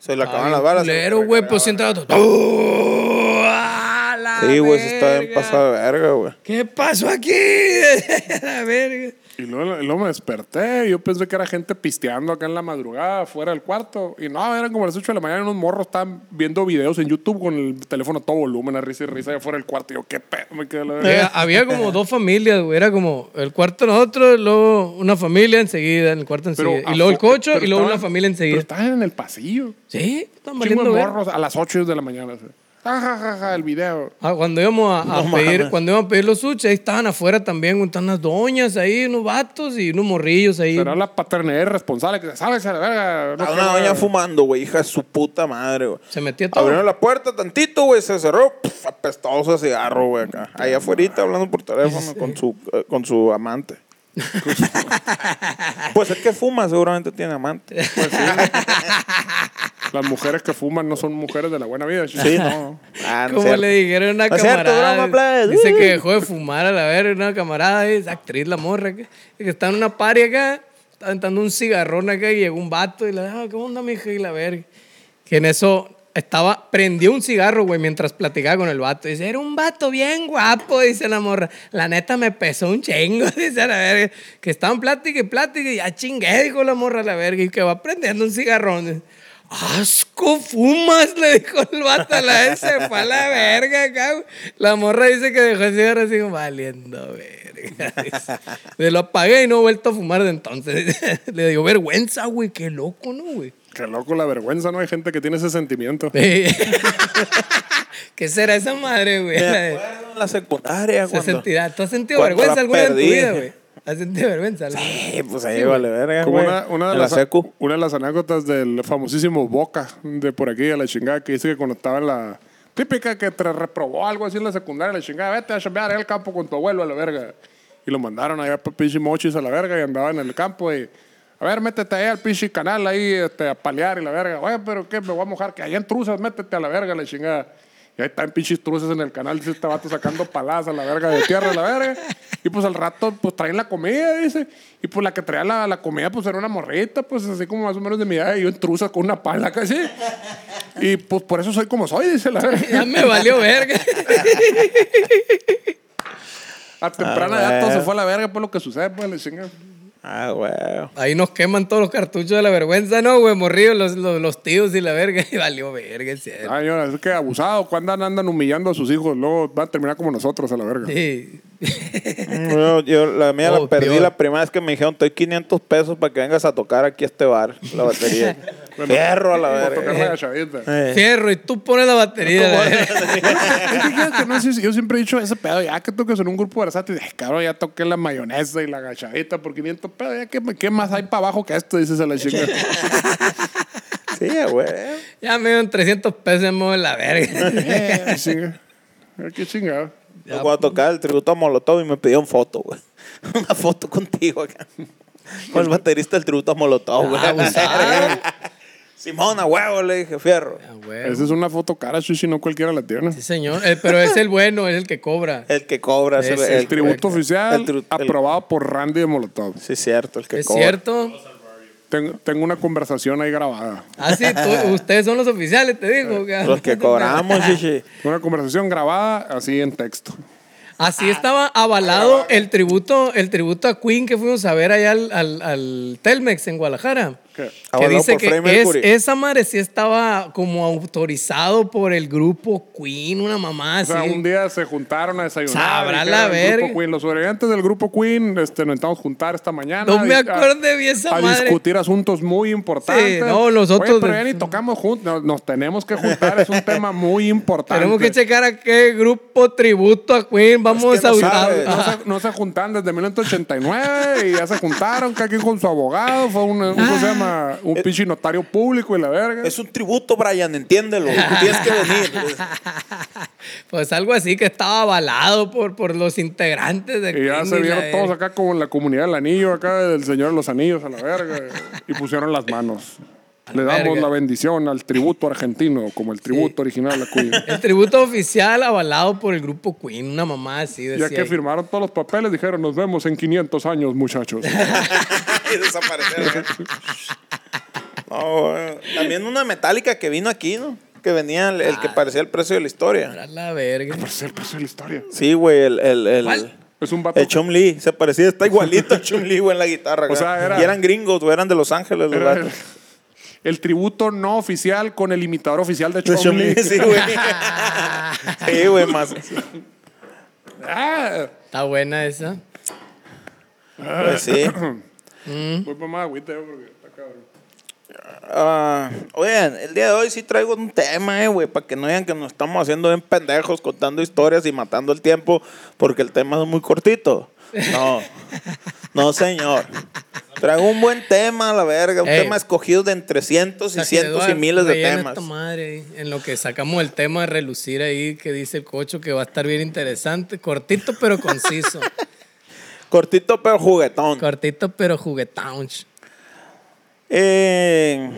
Se le acabaron las balas.
Culero, güey, pues si entra otro. ¡Oh! ¡A la
Sí, güey, se está bien
verga!
pasado de verga, güey.
¿Qué pasó aquí? A la verga.
Y luego, y luego me desperté. Yo pensé que era gente pisteando acá en la madrugada, fuera del cuarto. Y no, eran como las 8 de la mañana. Unos morros estaban viendo videos en YouTube con el teléfono a todo volumen, a risa y risa, allá fuera del cuarto. Y yo, qué pedo, me quedé la verga.
Era- había como dos familias, güey. Era como el cuarto de nosotros, luego una familia enseguida, en el cuarto enseguida. y luego el
afo-
cocho
pero
y luego
estaban-
una familia
Pero
enseguida.
estaban en el pasillo.
Sí, están
Chingo de
valiendo ver.
morros a las 8 de la mañana. así. Ja, ja, ja, ja, el video.
Ah, cuando íbamos a, a
No
pedir,
mames.
cuando íbamos a pedir los sushi, ahí estaban afuera también, güey, estaban las doñas ahí, unos vatos y unos morrillos ahí.
Será la paternidad irresponsable que se sabe, se la verga. no
Estaba
sé,
Ah, una
güey.
doña fumando, güey, hija de su puta madre, güey.
Se metía todo.
Abrieron la puerta tantito, güey, se cerró, pf, apestoso a cigarro, güey, acá. Ahí afuera hablando por teléfono con su, eh, con su amante. pues es que fuma, seguramente tiene amante.
Pues sí, güey. Las mujeres que fuman no son mujeres de la buena vida.
Sí, no. Ah, no
Como
cierto.
le dijeron a una
No es cierto,
camarada.
broma, please.
dice
Uh.
que dejó de fumar a la verga una camarada, es actriz la morra, que, que está en una party acá, está aventando un cigarrón acá y llegó un vato y le dijo, ah, ¿qué onda, mija? Y la verga. Que en eso estaba, prendió un cigarro, güey, mientras platicaba con el vato. Dice, era un vato bien guapo, dice la morra. La neta me pesó un chingo, dice a la verga. Que estaban plática y plática y ya chingué, dijo la morra a la verga, y que va prendiendo un cigarrón. Asco fumas, le dijo el vato a la vez, se fue a la verga acá. güey. La morra dice que dejó el cigarro así como, valiendo verga. dice. Se lo apagué y no he vuelto a fumar de entonces. Le dio vergüenza, güey, qué loco, ¿no, güey?
Qué loco la vergüenza, ¿no? Hay gente que tiene ese sentimiento.
Sí. ¿Qué será esa madre, güey?
Me acuerdo en la secundaria,
Se
cuando...
sentirá. ¿Tú has sentido
cuando
vergüenza
la
alguna vez en tu
perdí.
vida, güey? ¿Has sentido vergüenza? alguna vez?
Eh, pues ahí vale verga,
Como
güey.
una, una de
En la
las,
secu.
una de las anécdotas del famosísimo Boca de por aquí, de la chingada, que dice que cuando estaba en la típica que te reprobó algo así en la secundaria, la chingada, vete a chambear al campo con tu abuelo a la verga. Y lo mandaron allá para pinche mochis a la verga y andaba en el campo y, a ver, métete ahí al pinche canal ahí este, a palear y la verga. Oye, pero ¿qué? Me voy a mojar, que allá en truzas, métete a la verga, la chingada. Y ahí están pinches truces en el canal, dice este vato sacando palazas a la verga de tierra, a la verga. Y pues al rato, pues traen la comida, dice. Y pues la que traía la, la comida, pues era una morrita, pues así como más o menos de mi edad, y yo en truzas con una pala casi. Y pues por eso soy como soy, dice la verga.
Ya me valió verga.
A temprana
Ah,
edad todo
bueno.
se fue a la verga, pues lo que sucede, pues le chingan.
Ah, güey.
Ahí nos queman todos los cartuchos de la vergüenza, ¿no, güey? Morrillos, los, los, los tíos y la verga. Y valió verga, es
Eh.
cierto.
Ay, ahora, es que abusado, cuando andan, andan humillando a sus hijos, luego van a terminar como nosotros a la verga.
Sí.
Yo, yo la mía
Oh,
la perdí
peor.
la primera vez que me dijeron, te doy 500 pesos para que vengas a tocar aquí a este bar, la batería.
Bueno,
Fierro a la
Por tocar la
verga.
agachadita.
Eh.
Fierro, y tú pones la batería. la verga.
Es que quieras que no, sí, sí, yo siempre he dicho ese pedo, ya que toques en un grupo versátil, "Ay, cabrón, ya toqué la mayonesa y la gachadita por 500 pedos, ya que qué más hay para abajo que esto, dices a la chica.
Sí, güey.
ya me dieron 300 pesos y me voy a la verga.
Eh, la chinga. Ay, Qué chingado.
Yo voy a tocar el tributo a Molotov y me pidieron foto, güey. Una foto contigo acá. Con el baterista del tributo a Molotov, güey.
Ah, abusado.
Simón, a huevo, le dije, fierro.
Ah, güey.
Esa es una foto cara, Shishi, no cualquiera la tiene.
Sí, señor. Eh, pero es el bueno, es el que cobra.
El que cobra. es
Ese
el,
es
Tributo
correcto.
oficial
El tru- el-
aprobado por Randy de Molotov.
Sí, cierto, el que
¿Es
cobra.
cierto?
Tengo, tengo una conversación ahí grabada.
Ah, sí, tú- ustedes son los oficiales, te digo. cabrón.
Los que cobramos, chichi.
Una conversación grabada así en texto. Ah,
Así estaba avalado el tributo, el tributo a Queen que fuimos a ver allá al, al- al Telmex en Guadalajara.
¿Qué?
Que
Avalado
dice
por
que
Freddie
es,
Mercury.
esa madre sí estaba como autorizado por el grupo Queen, una mamá
O
así.
sea, un día se juntaron a desayunar.
Sabrá
dijeron,
la
"El
verga".
grupo Queen, Los sobrevivientes del grupo Queen este, nos intentamos juntar esta mañana.
No
a-
me
a-
acuerdo bien esa
A
madre.
discutir asuntos muy importantes.
Sí, no, nosotros-
Oye, pero ya ni tocamos juntos. Nos, nos tenemos que juntar. es un tema muy importante.
Tenemos que checar a qué grupo tributo a Queen vamos
Es que
a
no
usar. Ah,
sabes,
No
Ajá.
se, no se juntan desde 1989 y ya se juntaron, cada quien con su abogado. Fue un, un, ¿cómo
Ah.
se llama?
Eh,
un pinche notario público y la verga.
Es un tributo, Brian, entiéndelo. Tienes que venir.
Pues algo así que estaba avalado por, por los integrantes de
Y
Queen. eh,
ya se
y la
vieron
verga.
todos acá como en la comunidad del anillo, acá del Señor de los Anillos, a la verga. Y pusieron las manos. Le
la
damos
verga.
la bendición al tributo argentino, como el tributo original a Queen.
El tributo oficial avalado por el grupo Queen, una mamá así decía.
Ya que
ahí.
firmaron todos los papeles, dijeron, nos vemos en 500 años, muchachos.
y desaparecer. güey. No, güey. También una metálica que vino aquí, ¿no? Que venía el, el que parecía el precio de la historia.
A la verga.
Es el peso de la historia.
Sí, güey, el. el, el
¿Cuál?
Es un vato.
el Chum Lee, se parecía, está igualito el Chum Lee, güey, en la guitarra.
O sea,
güey.
era-
Y eran gringos, güey, eran de Los Ángeles, los
Era el,
vatos.
el tributo no oficial con el imitador oficial de
De Chum
Chomley.
Lee, sí, güey. Sí, güey, más.
Ah,
Está buena esa.
Pues sí.
¿Mm?
voy para más agüita, yo, porque está cabrón.
Ah, oigan, el día de hoy sí traigo un tema, eh, güey, para que no digan que nos estamos haciendo bien pendejos contando historias y matando el tiempo porque el tema es muy cortito. No, no, señor. Traigo un buen tema, a la verga, un
Ey.
tema escogido de entre cientos y cientos y
Eduardo,
miles de
rellena
temas.
esta madre ahí. en lo que sacamos el tema a relucir ahí, que dice el cocho que va a estar bien interesante. Cortito pero conciso.
Cortito pero juguetón.
Cortito pero juguetón.
Eh,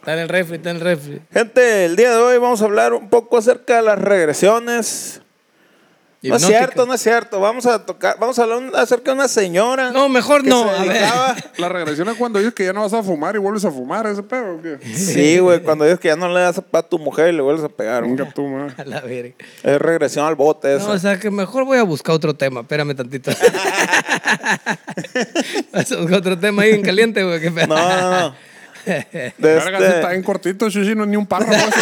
Está en el refri, está en el refri.
gente, el día de hoy vamos a hablar un poco acerca de las regresiones. No es
Hipnótica.
cierto, no es cierto. Vamos a tocar, vamos a hablar un- acerca de una señora.
No, mejor
que
no,
se
a ver.
dedicaba-
La regresión es cuando dices que ya no vas a fumar y vuelves a fumar ese pedo. ¿o qué?
Sí, güey, cuando dices que ya no le das a tu mujer y le vuelves a pegar. güey.
Venga tú, ma.
A la verga.
Es regresión al bote
No,
eso.
o sea que mejor voy a buscar otro tema. Espérame tantito. Vas a buscar otro tema ahí en caliente, güey. qué pedo.
No, no, no. De
Verga, ese está
este,
bien cortito, Shushi, no es ni un párrafo. ese.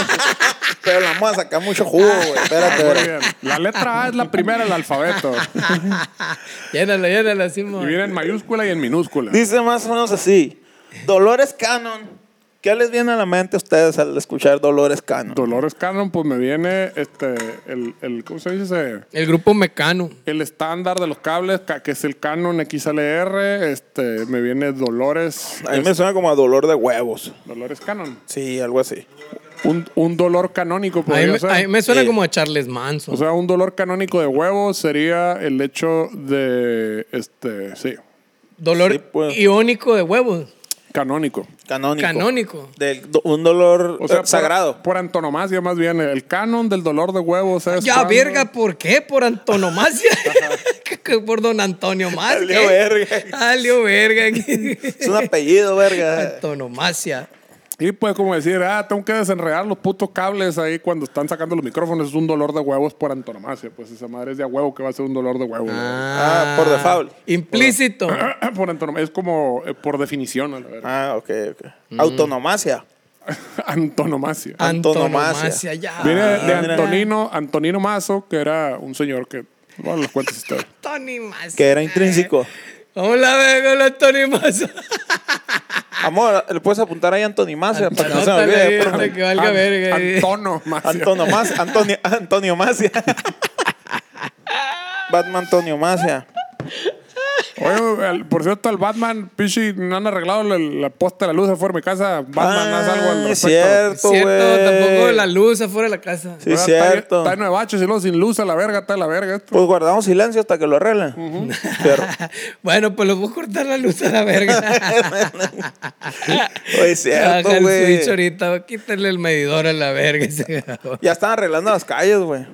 pero le vamos a sacar mucho jugo, güey. Espérate,
Muy
güey.
bien. La letra A es la primera del alfabeto.
Llénalo, llénalo, así,
Y
mo.
viene en mayúscula y en minúscula.
Dice más o menos así. Dolores Canon. ¿Qué les viene a la mente a ustedes al escuchar Dolores Canon?
Dolores Cannon, pues me viene este, el, el, ¿cómo se dice? ese?
El grupo Mecano.
El estándar de los cables, ca- que es el Canon XLR, este, me viene Dolores,
A mí me suena como a dolor de huevos.
Dolores Canon.
Sí, algo así.
Un, un dolor canónico,
A mí,
podría
Pues,
me-
ser.
a mí me suena
Sí.
como a Charles Manson.
O sea, un dolor canónico de huevos sería el hecho de, este, sí,
Dolor
Sí, pues.
iónico de huevos.
canónico.
Canónico.
Canónico.
Del do- un dolor
O sea,
eh,
por-
sagrado.
Por, antonomasia más bien, el canon del dolor de huevos es...
Ya,
cuando-
verga, ¿por qué? Por antonomasia. Que- que por don Antonio Más.
Valió
¿qué?
verga.
Valió verga.
Es un apellido, verga.
antonomasia.
Y pues como decir, ah, tengo que desenredar los putos cables ahí cuando están sacando los micrófonos, es un dolor de huevos por antonomasia, pues esa madre es de a huevo que va a ser un dolor de huevos.
Ah, por default.
Implícito.
por antonomasia, es como eh, por definición, a la verga.
Ah, ok, ok.
Mm.
Autonomacia.
antonomasia.
Ah, Antonomasia, ya.
Viene de
mira.
Antonino, Antonino Mazo, que era un señor que, bueno, les cuento esa historia.
Antonomasia.
Que era intrínseco. Pues,
Hola, verga, hola, Antonomasia.
Amor, le puedes apuntar ahí a Antonimacia para que no se me
Anótale ahí,
olvide.
hasta que
profe?
valga
An-
verga.
Antonomasia.
Antonomacia, Antonio, Antonio Macia. Batman Antonio Macia.
Oye, al- por cierto, al Batman, Pichi, no han arreglado la, la posta de la luz afuera de mi casa. Batman, haz algo al
Ah, es
respecto.
cierto, güey.
Cierto, tampoco la luz afuera de la casa.
Sí, es
Ahora está-
cierto.
Está en de baches y luego sin luz a la verga, está de la verga esto.
Pues guardamos silencio hasta que lo arreglen. Pero-
Bueno, pues los voy a cortar la luz a la verga.
Oye, es cierto,
Baja el
güey.
switch ahorita, quítale el medidor a la verga. ese cabrón.
Ya están arreglando las calles, güey.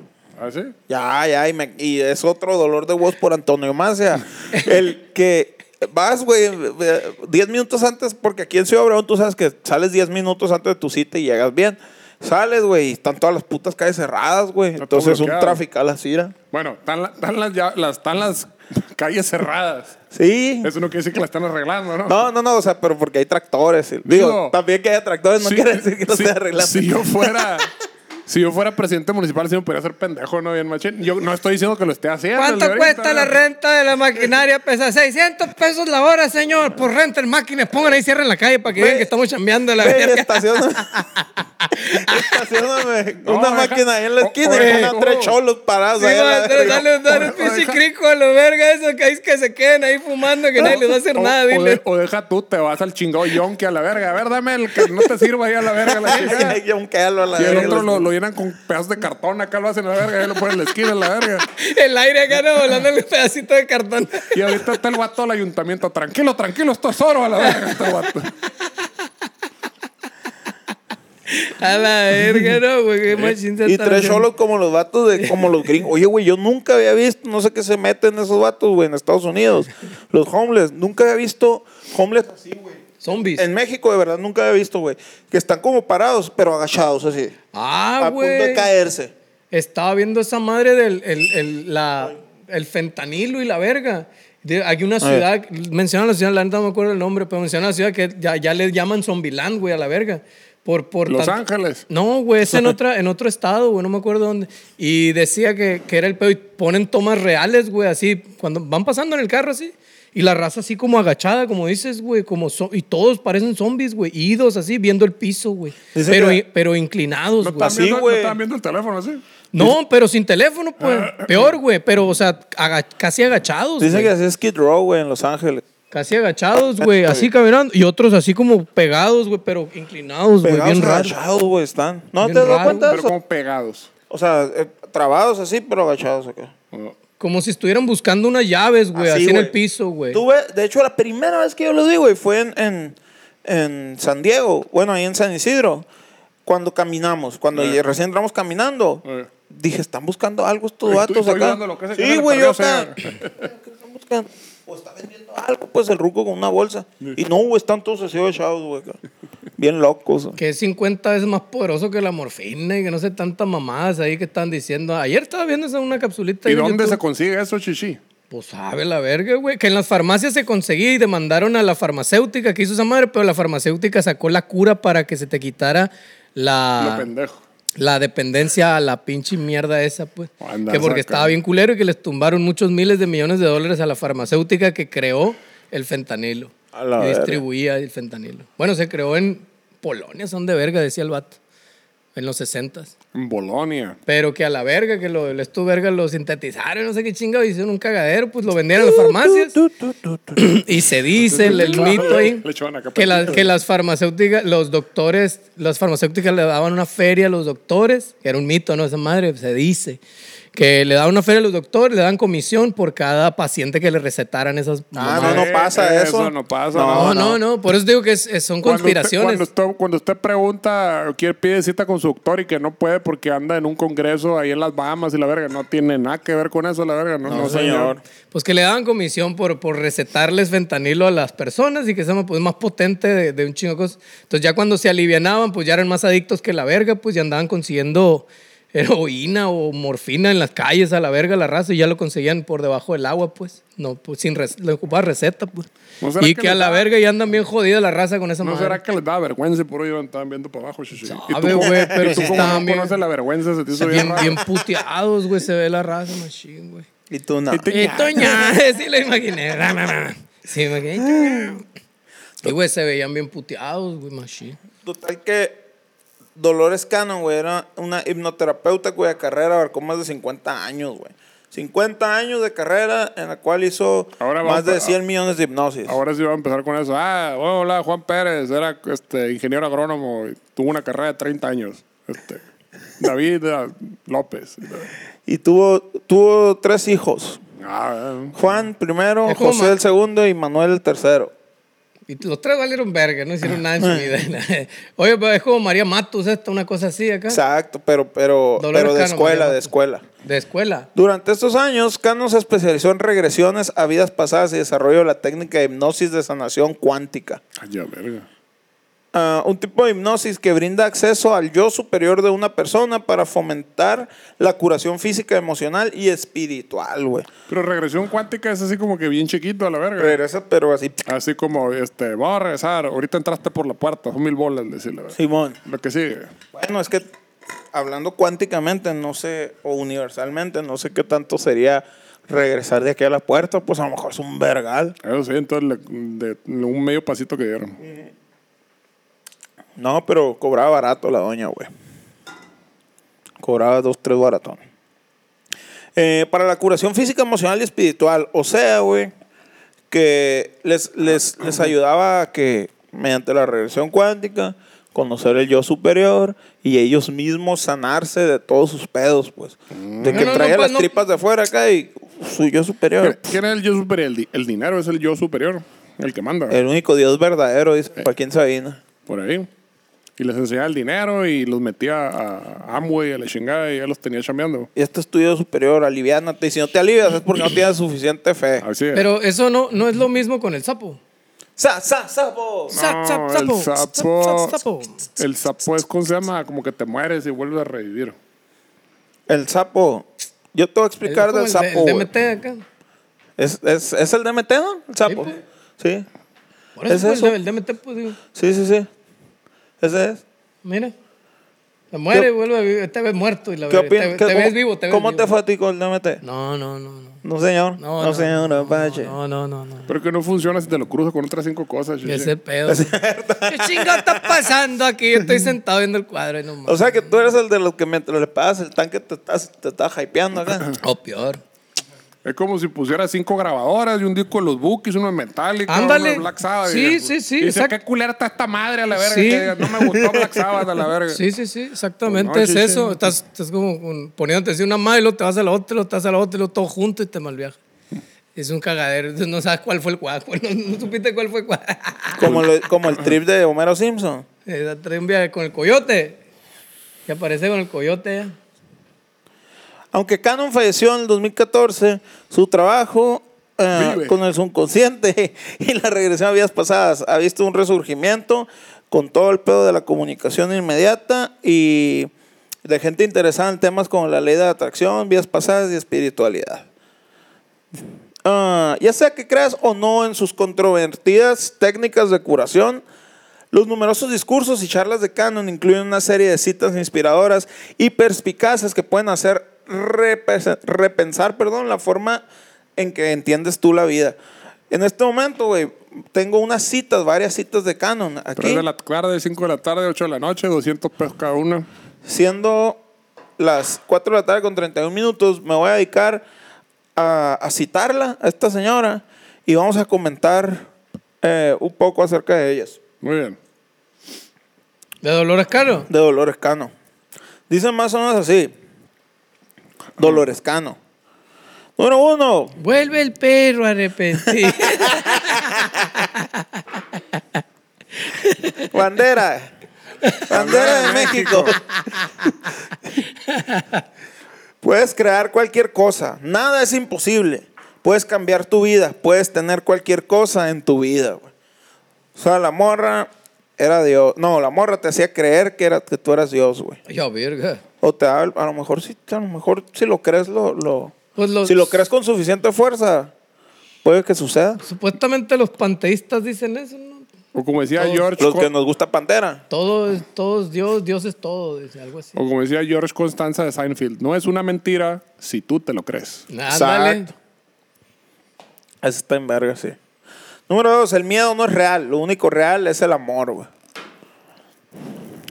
¿Ah, sí?
Ya, ya, y, me- y es otro dolor de voz por antonomasia. El que vas, güey, eh, 10 minutos antes, porque aquí en Ciudad Obregón tú sabes que sales 10 minutos antes de tu cita y llegas bien. Sales, güey, y están todas las putas calles cerradas, güey.
todo
Entonces un
bloqueado.
trafical así, ¿no?
Bueno, están, la- están las, ya- las- están las calles cerradas.
Sí.
Eso no quiere decir que la están arreglando, ¿no?
No, no, no, o sea, pero porque hay tractores. Digo, también que haya tractores no
Sí,
quiere decir que no
sí,
se arreglan.
Si yo fuera... Si yo fuera presidente municipal, sí me podría hacer pendejo, ¿no? Bien machín. Yo no estoy diciendo que lo esté haciendo.
¿Cuánto
el
cuesta
verga,
la
¿no?
renta de la maquinaria? Pesa 600 pesos la hora, señor. Por renta en máquinas. Pongan ahí, cierren la calle para que
Ve-
vean que estamos chambeando la
Güey,
verga.
estacioname. estacioname
No,
una
deja-
máquina ahí en la
o-
esquina
oye,
y pongan
tú.
tres cholos parados
Sí,
ahí. a la
va, dale,
verga.
dale, dale un
Oye,
pinche crico a los verga eso que, ahí es que se queden ahí fumando que nadie les va a hacer
O-
nada,
o, de-
dile.
o deja tú, te vas al chingado yonki a la verga. A ver, dame el que no te sirva ahí a la verga. La chingada.
Ay, yo un calo a la
y el
verga.
otro lo, lo llenan con pedazos de cartón. Acá lo hacen a la verga. Ahí lo ponen en la esquina a la verga.
El aire acá no, volando en un pedacito de cartón.
Y ahorita está el guato del ayuntamiento. Tranquilo, tranquilo, esto es oro a la verga. Este guato.
Pues
A la verga, no, güey. Qué machín se
Eh, Y
está
tres
haciendo.
cholos como los vatos de, como los gringos. Oye, güey, yo nunca había visto, no sé qué se meten esos vatos, güey, en Estados Unidos. Los homeless, nunca había visto homeless así, güey.
Zombies.
En México, de verdad, nunca había visto, güey. Que están como parados, pero agachados así.
Ah,
a punto de
güey.
caerse.
Estaba viendo esa madre del el, el- la- el fentanilo y la verga. De- hay una ciudad, mencionan la ciudad, la neta no me acuerdo el nombre, pero mencionan la ciudad que ya, ya le llaman Zombiland, güey, a la verga. Por, por
Los
tanto-
Ángeles.
No, güey, es en, otra, en otro estado, güey, no me acuerdo dónde. Y decía que, que era el pedo y ponen tomas reales, güey, así, cuando van pasando en el carro así. Y la raza así como agachada, como dices, güey, como zo- y todos parecen zombies, güey, idos así, viendo el piso, güey.
Dice
Pero,
que-
in- pero inclinados,
No
güey.
estaban
Así,
viendo, no
güey.
estaban viendo el teléfono así.
No, pero sin teléfono, pues.
Ah,
Peor, güey. Pero, o sea, aga- casi agachados.
Dicen
güey.
que así Ah, es Kid Row, güey, en Los Ángeles.
Casi agachados, güey. Así caminando. Y otros así como pegados, güey, pero inclinados, güey.
Pegados,
Bien raro.
agachados, güey, están. ¿No
Bien
te has dado
raro,
cuenta de
Pero
eso?
como pegados.
O sea, eh, trabados así, pero agachados acá.
Como si estuvieran buscando unas llaves, güey. Así, en
güey.
el piso, güey.
Tuve, de hecho, la primera vez que yo lo vi, güey, fue en, en, en San Diego, bueno, ahí en San Isidro, cuando caminamos, cuando ya recién entramos caminando.
Eh.
Dije, están buscando algo estos
Estoy-
vatos
estoy
acá.
viendo lo que se queda
Sí,
en
güey,
el
yo
perreo,
acá. ¿Qué están buscando? O está vendiendo algo, pues el ruco con una bolsa. Y no, güey, están todos así echados, güey. acá. Bien locos. güey.
Que es 50 veces más poderoso que la morfina y que no sé tantas mamadas ahí que están diciendo. Ayer estaba viendo esa una capsulita.
¿Y
ahí en
dónde se
YouTube.
consigue eso, chichi?
Pues sabe la verga, güey. Que en las farmacias se conseguía y demandaron a la farmacéutica que hizo esa madre, pero la farmacéutica sacó la cura para que se te quitara la.
Lo pendejo.
la dependencia a la pinche mierda esa, pues.
Oh,
Anda,
que porque
saca.
estaba bien culero y que les tumbaron muchos miles de millones de dólares a la farmacéutica que creó el fentanilo.
A la
y
verga.
distribuía el fentanilo. Bueno, se creó en Polonia, son de verga, decía el vato. En los 60
En Bolonia.
Pero que a la verga, que lo, les tu verga lo sintetizaron, no sé qué chingado, hicieron un cagadero, pues lo vendieron a las farmacias.
Tu, tu, tu, tu, tu.
Y se dice el, el mito ahí
Le echaban acá
que, la-
pepino.
que las farmacéuticas, los doctores, las farmacéuticas le daban una feria a los doctores, que era un mito, ¿no? Esa madre, se dice. Que le daban una feria a los doctores, le dan comisión por cada paciente que le recetaran esas
Ah,
mamadas.
no, no pasa
Eh,
eso.
eso no pasa,
no, no, no, por eso digo que es- es- son
Cuando usted-
conspiraciones.
Cuando usted, cuando, usted, pregunta, quiere pide cita con su doctor y que no puede porque anda en un congreso ahí en las Bahamas y la verga, no tiene nada que ver con eso, la verga, no, no, señor.
Pues que le daban comisión por, por recetarles fentanilo a las personas y que se pues, más potente de, de un chingo de cosas. Entonces ya cuando se alivianaban, pues ya eran más adictos que la verga, pues ya andaban consiguiendo heroína o morfina en las calles a la verga, la raza, y ya lo conseguían por debajo del agua, pues. No, pues sin rec- le ocupaba receta, pues.
¿No será
y
que
que a
le
la
da-
verga ya andan bien jodida la raza con esa
¿No
madre.
será que les da vergüenza y por ello estaban viendo para abajo, chichi? y
Sabe, güey, pero
y tú
sí
como no
estaban bien-
conoces la vergüenza, se te hizo bien,
Bien,
raro.
bien puteados, güey, se ve la raza, machín, güey.
Y tú nada.
Y Eh, Toña, sí lo imaginé. Ra, ra, ra. Sí, me imaginé. Y, güey, se veían bien puteados, güey, machín.
Total que Dolores Cannon, güey, era una hipnoterapeuta cuya carrera abarcó más de 50 años, güey. 50 años de carrera en la cual hizo
Ahora vamos
más de
pa-
100 millones de hipnosis.
Ahora sí va a empezar con eso. Ah, hola, Juan Pérez, era este, ingeniero agrónomo, y tuvo una carrera de 30 años. Este, David eh, López.
Y tuvo, tuvo tres hijos.
Ah, eh.
Juan primero,
Es como
José
ma-
el segundo y Manuel el tercero.
Y los tres valieron verga, no hicieron nada en
Ah.
su vida. Oye, pero es como María Matos, esta, una cosa así acá.
Exacto, pero, pero,
Dolores
pero de
Cannon,
escuela,
María
de
Matos.
escuela.
De escuela.
Durante estos años, Cannon se especializó en regresiones a vidas pasadas y desarrollo de la técnica de hipnosis de sanación cuántica.
Ay, ya, verga.
Ah, un tipo de hipnosis que brinda acceso al yo superior de una persona para fomentar la curación física, emocional y espiritual, güey.
Pero regresión cuántica es así como que bien chiquito a la verga.
Regresa, pero así.
Así como, este, vamos a regresar. Ahorita entraste por la puerta, son mil bolas, decirle. ¿verdad?
Simón.
Lo que sigue.
Bueno, es que hablando cuánticamente, no sé, o universalmente, no sé qué tanto sería regresar de aquí a la puerta, pues a lo mejor es un vergal.
Eso sí, entonces le- de, un medio pasito que dieron.
No, pero cobraba barato la doña, güey. Cobraba dos, tres baratón. Eh, para la curación física, emocional y espiritual. O sea, güey, que les, les, les ayudaba a que, mediante la regresión cuántica, conocer el yo superior y ellos mismos sanarse de todos sus pedos, pues. De
No,
que
no, no,
traía
pues,
las
no.
tripas de afuera acá y su yo superior.
¿Quién es el yo superior? El, di- el dinero es el yo superior, el que manda.
El único Dios verdadero, dice
eh.
Paquín Sabina.
por ahí. Y les enseñaba el dinero y los metía a Amway, a la chingada, y ya los tenía chambeando.
Y este es tu Dios superior, aliviánate. Y si no te alivias es porque no tienes suficiente fe.
Así es.
Pero eso no, no es lo mismo con el sapo.
Sa, sa, sapo.
Zap, zap,
No, el
zapo.
sapo.
Zap, zap, zapo.
El sapo es como se llama, como que te mueres y vuelves a revivir.
El sapo. Yo te voy a explicar
Es como
del
el de-
sapo.
El
güey.
DMT acá.
¿Es, es, es el DMT, ¿no? El sapo.
pues.
Sí.
Por eso,
¿Es
güey,
eso?
el DMT, pues, digo,
Sí, sí, sí. Ese es.
mira. Se muere
¿Qué-
y vuelve a vivir. Te ves muerto y la
¿Qué
verdad.
opinas?
Te,
¿Qué-
te
cómo-
ves vivo, te ves
¿Cómo
vivo.
te fatigó el DMT?
No, no, no, no.
No, señor.
No,
No,
no,
señor, Apache.
No, no, no, no.
Pero que no funciona si te lo cruzas con otras cinco cosas. yo sé.
Ese pedo. ¿Qué chingado está pasando aquí? Yo estoy sentado viendo el cuadro y nomás.
O sea que tú eres el de los que mientras le pagas el tanque te estás te está hypeando acá.
O peor.
Es como si pusieras cinco grabadoras y un disco de los Bookies, uno de Metallica,
Ándale.
uno de Black Sabbath.
Sí, sí, sí,
Dice,
exacto.
qué culera está esta madre a la verga.
Sí.
que diga, no me gustó Black Sabbath a la verga.
Sí, sí, sí, exactamente
Pues
es
no, sí,
eso.
sí.
Estás, estás como con- poniéndote así una mano y luego te vas a la otra, luego te vas a la otra y luego todo junto y te malviaja. Es un cagadero, entonces no sabes cuál fue el cuajo, no, no supiste cuál fue cuál.
Como, lo- como el trip de Homero Simpson.
Eh, Trae un viaje con el coyote, que aparece con el coyote.
Aunque Cannon falleció en el 2014, su trabajo eh,
Vive.
con el subconsciente y la regresión a vidas pasadas ha visto un resurgimiento con todo el pedo de la comunicación inmediata y de gente interesada en temas como la ley de la atracción, vidas pasadas y espiritualidad. Ah, ya sea que creas o no en sus controvertidas técnicas de curación, los numerosos discursos y charlas de Canon incluyen una serie de citas inspiradoras y perspicaces que pueden hacer repes- repensar perdón, la forma en que entiendes tú la vida. En este momento, güey, tengo unas citas, varias citas de Canon aquí,
Tres de la tarde, cinco de la tarde, ocho de la noche, 200 pesos cada una.
siendo las 4 de la tarde con 31 minutos, me voy a dedicar a, a citarla, a esta señora, y vamos a comentar eh, un poco acerca de ellas.
Muy bien.
¿De Dolores Caro?
De Dolores Cano. Dicen más o menos así. Dolores Cano. Número uno.
Vuelve el perro arrepentido.
Bandera. Bandera de México. Puedes crear cualquier cosa. Nada es imposible. Puedes cambiar tu vida. Puedes tener cualquier cosa en tu vida. güey. O sea, la morra era Dios. No, la morra te hacía creer que, era, que tú eras Dios, güey.
Yo, verga.
O te da, a lo mejor sí, a lo mejor si lo crees, lo, lo-
Pues los-
si lo crees con suficiente fuerza, puede que suceda.
Supuestamente los panteístas dicen eso, ¿no?
O como decía
Todos-
George.
Los
Con-
que nos gusta Pantera.
Todo es, todo es Dios, Dios es todo, dice algo así.
O como decía George Constanza de Seinfeld, no es una mentira si tú te lo crees.
Ándale.
Exacto. Ese está en verga, sí. Número dos, el miedo no es real. Lo único real es el amor, güey.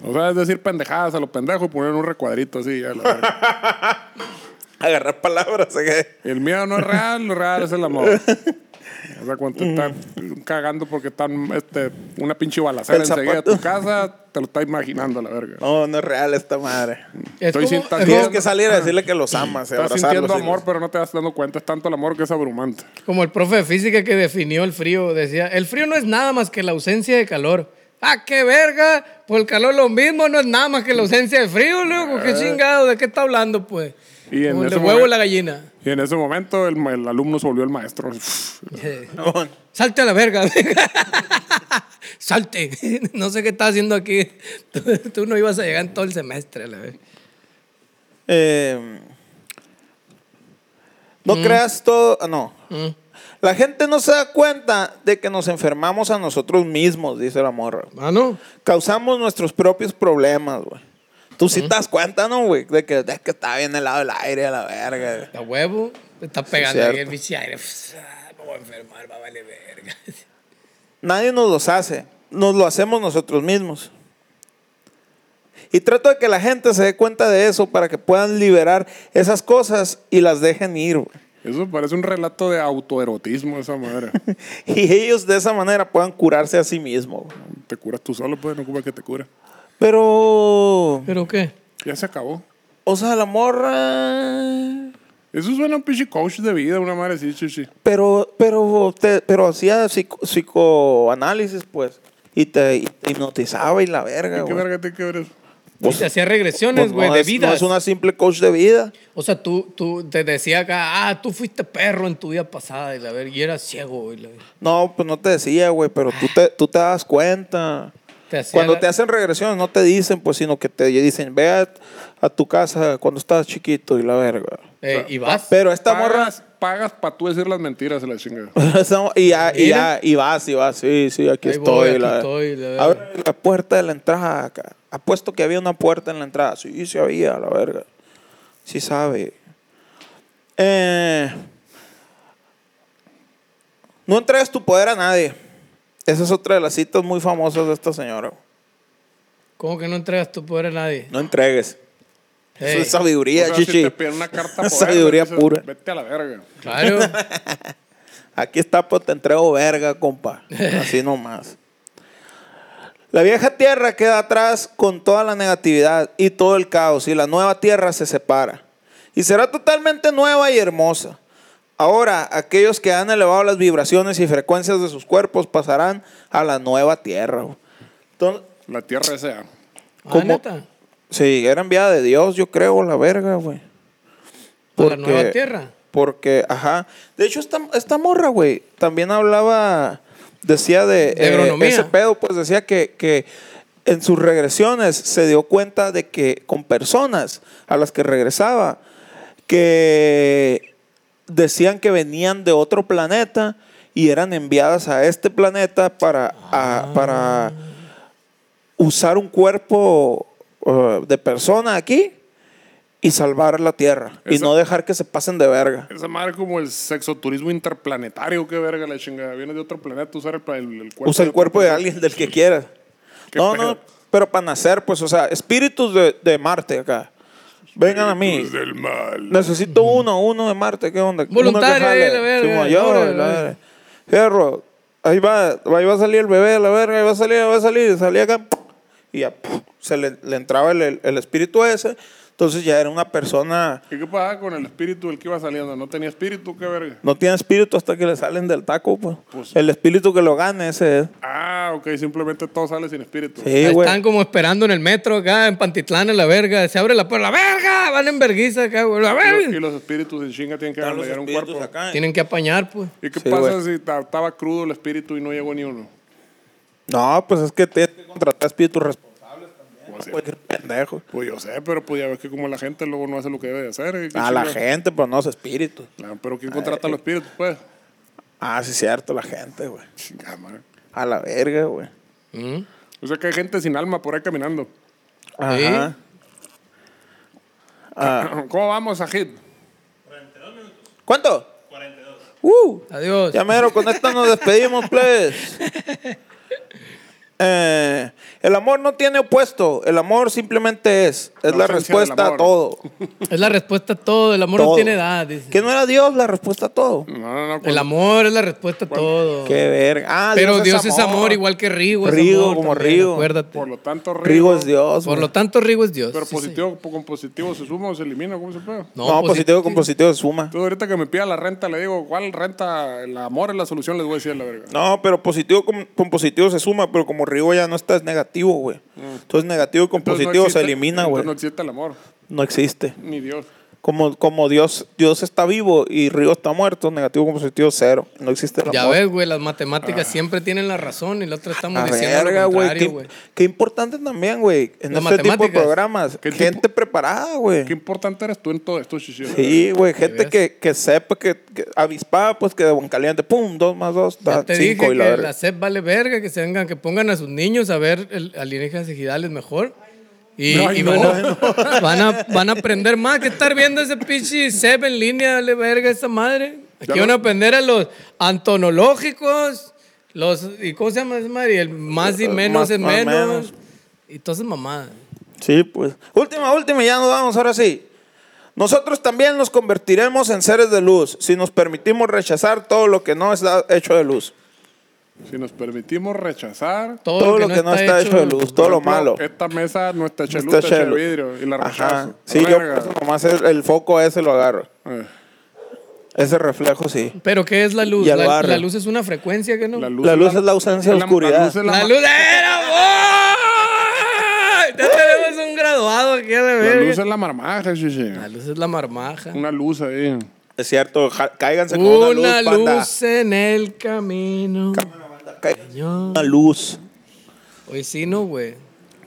O sea, es decir pendejadas a los pendejos y poner un recuadrito así. a la verga.
Agarrar palabras, ¿eh?
el miedo no es real, lo real es el amor. O sea, cuando te están cagando porque están este, una pinche balacera
El
enseguida de
zapato.
tu casa, te lo estás imaginando a la verga.
No, no es real esta madre.
Es
Estoy
como-
sin-
es
tan-
Tienes
como-
que salir a decirle que los amas, eh,
Estás
abrazarlos
sintiendo
y
amor,
los-
pero no te vas dando cuenta. Es tanto el amor que es abrumante.
Como el profe de física que definió el frío, decía, el frío no es nada más que la ausencia de calor. ¡Ah, qué verga! Pues el calor lo mismo, no es nada más que la ausencia de frío, loco. ¿Qué chingado? ¿De qué está hablando, pues?
Ah. Y en
Como el
ese
de huevo
momento-
y la gallina.
Y en ese momento el, ma- el alumno se volvió el maestro.
Salte a la verga. Salte. No sé qué estás haciendo aquí. Tú, tú no ibas a llegar en todo el semestre, la verga.
Eh, no
Mm.
creas todo. ah, No. La gente no se da cuenta de que nos enfermamos a nosotros mismos, dice la morra.
Mano,
Causamos nuestros propios problemas, güey. Tú
Mm.
sí te das cuenta, ¿no, güey? De que, de que está bien helado el aire a la verga. güey.
la huevo. Te está pegando ahí
cierto.
el bicho aire. Ah, Me voy a enfermar, va a valer verga.
Nadie nos los hace. Nos lo hacemos nosotros mismos. Y trato de que la gente se dé cuenta de eso para que puedan liberar esas cosas y las dejen ir, güey.
Eso parece un relato de autoerotismo, esa madre.
Y ellos de esa manera puedan curarse a sí mismos. güey.
te curas tú solo, pues, no ocupa que te cura.
Pero,
¿Pero qué?
Ya se acabó.
o sea, la morra.
Eso suena a un pinche coach de vida, una madre así, chichi.
Pero, pero, te- pero hacía psico- psicoanálisis, pues. Y te hipnotizaba y la verga,
¿Qué
güey.
verga te quebres?
Y te hacía regresiones,
Pues
güey,
no
de
es-
vida.
No es una simple coach de vida.
O sea, tú, tú te decía acá, ah, tú fuiste perro en tu vida pasada, y la ver, y eras ciego, güey. la ver-
No, pues no te decía, güey, pero tú te, tú te das cuenta.
Te hacía
Cuando
la-
te hacen regresiones, no te dicen, pues, sino que te dicen, ve a, a tu casa cuando estabas chiquito y la verga.
Eh, y vas.
Ah, Pero esta morra.
Pagas, pagas para tú decir las mentiras a la chinga.
Esa- y, ya, y,
Mira.
ya, y vas, y vas, sí, sí, aquí
Ahí
estoy.
voy, aquí
la-
estoy, la
Abre la puerta de la entrada acá. Apuesto que había una puerta en la entrada. Sí, sí había, la verga. Sí sabe. Eh, no entregues tu poder a nadie. Esa es otra de las citas muy famosas de esta señora.
¿Cómo que no entregas tu poder a nadie?
No entregues. Eso
Ey,
es sabiduría,
O sea, si
chichi.
te piden una carta poder,
Sabiduría
dices,
pura.
Vete a la verga.
Claro. Ah,
Aquí está, pues te entrego verga, compa. Así nomás. La vieja tierra queda atrás con toda la negatividad y todo el caos y la nueva tierra se separa. Y será totalmente nueva y hermosa. Ahora aquellos que han elevado las vibraciones y frecuencias de sus cuerpos pasarán a la nueva tierra. güey. Entonces,
La tierra esa.
¿Cómo?
¿Cómo?
neta?
sí, era enviada de Dios, yo creo, la verga, güey.
¿A la
Porque-
nueva tierra?
Porque, ajá. De hecho, esta, esta morra, güey, también hablaba, decía de, eh,
De agronomía.
ese pedo, pues decía que, que en sus regresiones se dio cuenta de que con personas a las que regresaba, que decían que venían de otro planeta y eran enviadas a este planeta para, a- para usar un cuerpo uh, de persona aquí y salvar la Tierra y
Esa-
no dejar que se pasen de verga.
Esa madre como el sexoturismo interplanetario, qué verga la chingada. Viene de otro planeta, usar el, pla- el- el cuerpo. de
Usa el
otro
cuerpo de
planeta.
alguien del que quiera.
Qué
No,
pedo.
no, pero para nacer, pues, o sea, espíritus de, de Marte acá. Vengan a mí.
Hijos Pues del mal.
Necesito uno, uno de Marte, ¿qué onda? Uno que
Voluntario,
jale.
eh, la verga. eh.
Simón, yo,
Órale,
la
la
verga. Fierro, ahí va, ahí va a salir el bebé, la verga, ahí va a salir, ahí va a salir, y salía acá, y ya, se le, le entraba el, el- el espíritu ese, entonces ya era una persona,
¿Y qué pasaba con el espíritu del que iba saliendo? ¿No tenía espíritu, qué verga?
no tiene espíritu hasta que le salen del taco, pues.
Pues-
el espíritu que lo gane, ese es.
Ah, ok, simplemente todo sale sin espíritu.
Sí, güey.
Pues Están como esperando en el metro acá, en Pantitlán, en la verga. Se abre la puerta, ¡la verga! Van en verguiza acá, güey, ¡la
Y, lo-
verga!
y los espíritus en chinga tienen que
Están los
arreglar un
espíritus
cuerpo.
acá. eh.
Tienen que apañar, pues.
¿Y qué
Sí,
pasa
güey.
si ta- estaba crudo el espíritu y no llegó ni uno?
No, pues es que tienes que contratar espíritus responsables,
Pues, sí.
güey, qué pendejo.
Pues yo sé, pero pues ya ves que como la gente luego no hace lo que debe de hacer. ¿eh? ¿Qué
A la
chinga?
gente, pues no los espíritus.
Ah, pero ¿quién contrata a los espíritus, pues?
Ah, sí, cierto, la gente, güey.
Chingada madre.
A la verga, güey.
¿Mm?
O sea que hay gente sin alma por ahí caminando.
Ajá. Ah.
¿Cómo vamos, Sajid?
¿Cuánto? 42. Uh,
Adiós.
ya mero, con esto nos despedimos, please. Eh, el amor no tiene opuesto, el amor simplemente es, es
La
la
ausencia del
respuesta a
amor.
todo.
Es la respuesta a todo. El amor no
Todo.
tiene edad, dice.
Que no era Dios la respuesta a todo.
No, no, no.
El
cuando-
amor es la respuesta a todo.
Qué verga. Ah,
Pero Dios es amor, igual que Rigo. es
Rigo,
amor
como
también,
Rigo.
Acuérdate.
Por lo tanto,
Rigo es Dios.
Por
güey.
lo tanto, Rigo es Dios.
Pero
Sí,
positivo con positivo se suma o se elimina, ¿cómo se puede?
pues, sí.
No, positivo con positivo se suma.
Tú ahorita que me pida la renta le digo, ¿cuál renta? El amor es la solución, les voy a decir la verga.
No, pero positivo con, con positivo se suma, pero como Rigo ya no está, es negativo, güey. Entonces negativo con
Mm. Entonces, no
positivo se
existe-
elimina,
entonces
güey.
No existe el amor,
No existe.
ni Dios.
Como, como Dios, Dios está vivo y Rigo está muerto, negativo con positivo cero. No existe el
Ya
amor.
ves, güey, las matemáticas
Ah.
siempre tienen la razón y la otra estamos
La
diciendo
verga,
lo
güey.
contrario,
Qué,
güey.
qué importante también, güey. En
Las
este tipo de
matemáticas.
programas.
¿Qué
Gente
tipo-
preparada, güey.
Qué importante eres tú en todo esto, Shishi.
Sí, güey. Gente
ves?
que, que sepa, que, que avispada, pues que de buen caliente, pum, dos más dos, da
Ya te
cinco
dije
y la
que
verga.
la CEP vale verga, que se vengan, que pongan a sus niños a ver el, alienígenas ejidales mejor. Y,
No, ay,
y
no,
van, a,
ay,
van, a, van a aprender más que estar viendo ese pinche CEP en línea, dale verga esa madre. Aquí
Ya
van
no-
a aprender a los antonológicos, los, ¿y cómo se llama esa madre? Y el más y
Ah, Más-
menos es
más
menos.
menos.
Y todas esas mamadas.
Sí, pues. Última, última, ya nos vamos, ahora sí. Nosotros también nos convertiremos en seres de luz si nos permitimos rechazar todo lo que no está hecho de luz.
Si nos permitimos rechazar,
Todo,
Todo, lo que no está, hecho de luz, todo
Por
lo
ejemplo,
malo.
Esta mesa no está hecha de
No
luz,
está
está hecha
hecho
de
de luz.
vidrio y la
Ajá.
rechazo.
Sí, yo
Verga. Eh.
por eso nomás el, el foco ese lo agarro. Ese reflejo sí.
Pero ¿qué es la luz?
Y al
La,
barrio.
la luz es una frecuencia que no.
La
La luz es la ausencia de
la-
oscuridad.
La luz es la,
La
ma-
luz era voz. Ya tenemos un adobado aquí a la
La
verga.
luz es la marmaja, chiche.
La luz es la marmaja.
Una luz ahí.
Es cierto, ja- cáiganse con
Una
una luz, panda.
luz en el camino.
Cáiganse con
Yo-
Una luz.
Hoy sí, no, güey.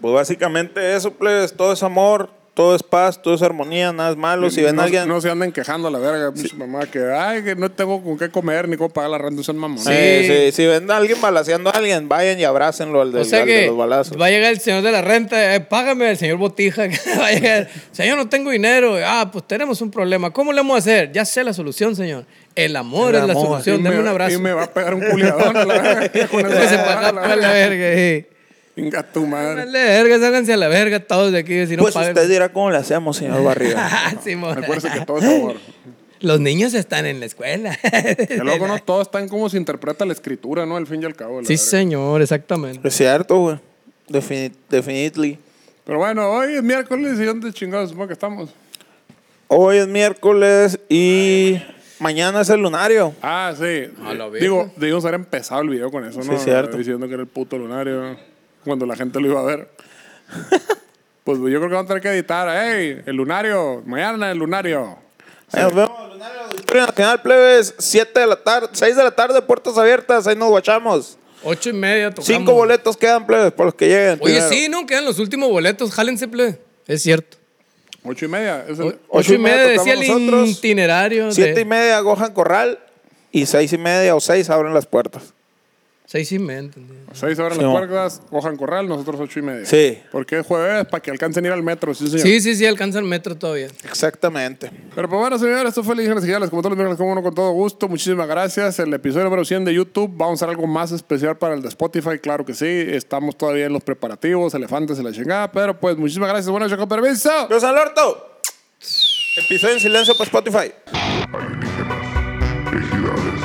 Pues básicamente eso, plebes, todo es amor, todo es paz, todo es armonía, nada es malo. Si ven
no,
a alguien...
no se anden quejando a la verga, pinche mamá, que ay, que no tengo con qué comer ni cómo pagar la renta, sean mamá.
Eh, sí, si ven a alguien balaseando a alguien, vayan y abrácenlo al, del,
O sea
al de
que
los balazos.
va a llegar el señor de la renta, eh, págame el señor Botija. que va a llegar, señor, no tengo dinero. Ah, pues tenemos un problema. ¿Cómo le vamos a hacer? Ya sé la solución, señor. El amor
El
es la
amor.
solución. Deme un abrazo.
Y me va a pegar un culiadón a la verga. Con
Que se
esa
paga
a la
para la
verga.
verga. sí.
Venga tu madre.
Dale verga, ságanse a la verga todos de aquí. Si no
pues
pagan. Ah,
usted dirá cómo le hacemos, señor Barriga.
Simón.
Recuerden que todo es amor.
Los niños están en la escuela.
Que luego no todos están como se interpreta la escritura, ¿no? Al fin y al cabo. la
sí,
verga.
señor, exactamente.
es cierto, güey. Defini- definitely.
Pero bueno, hoy es miércoles y dónde chingados supongo que estamos.
Hoy es miércoles y mañana es el lunario.
Ah, sí.
A la verga.
digo, digo, haber empezado el video con eso, ¿no?
Sí, cierto.
Diciendo que era el puto lunario. Cuando la gente lo iba a ver. pues yo creo que van a tener que editar. ¡Ey! El lunario. Mañana el lunario.
Ahí Nos vemos, el lunario, Auditorio Nacional Plebes, 7 de la tarde, 6 de la tarde, puertas abiertas, ahí nos guachamos.
Ocho y media tocamos.
Cinco boletos quedan, Plebes, para los que lleguen.
Oye,
primero.
sí, ¿no? Quedan los últimos boletos. Jálense, plebe. Es cierto.
Ocho y media. Es el-
Ocho, y media decía el
tocamos nosotros.
itinerario. de
Siete y media, Gohan Corral. Y seis y media o seis abren las puertas.
Seis y media, entendí.
Seis horas
Sí,
las
mo.
puertas, Gohan Corral, nosotros ocho y media.
Sí.
Porque es jueves para que alcancen a ir al metro, sí, señor.
Sí, sí, sí, alcanza el metro todavía.
Exactamente.
Pero pues bueno, señores, esto fue Legiones Digitales. Como todos los miércoles, como uno con todo gusto. Muchísimas gracias. El episodio número 100 de YouTube. Vamos a hacer algo más especial para el de Spotify. Claro que sí. Estamos todavía en los preparativos, elefantes y la chingada. Pero pues muchísimas gracias. Buenas noches, con permiso.
Los Alberto. Episodio en silencio para Spotify.
Ejidales.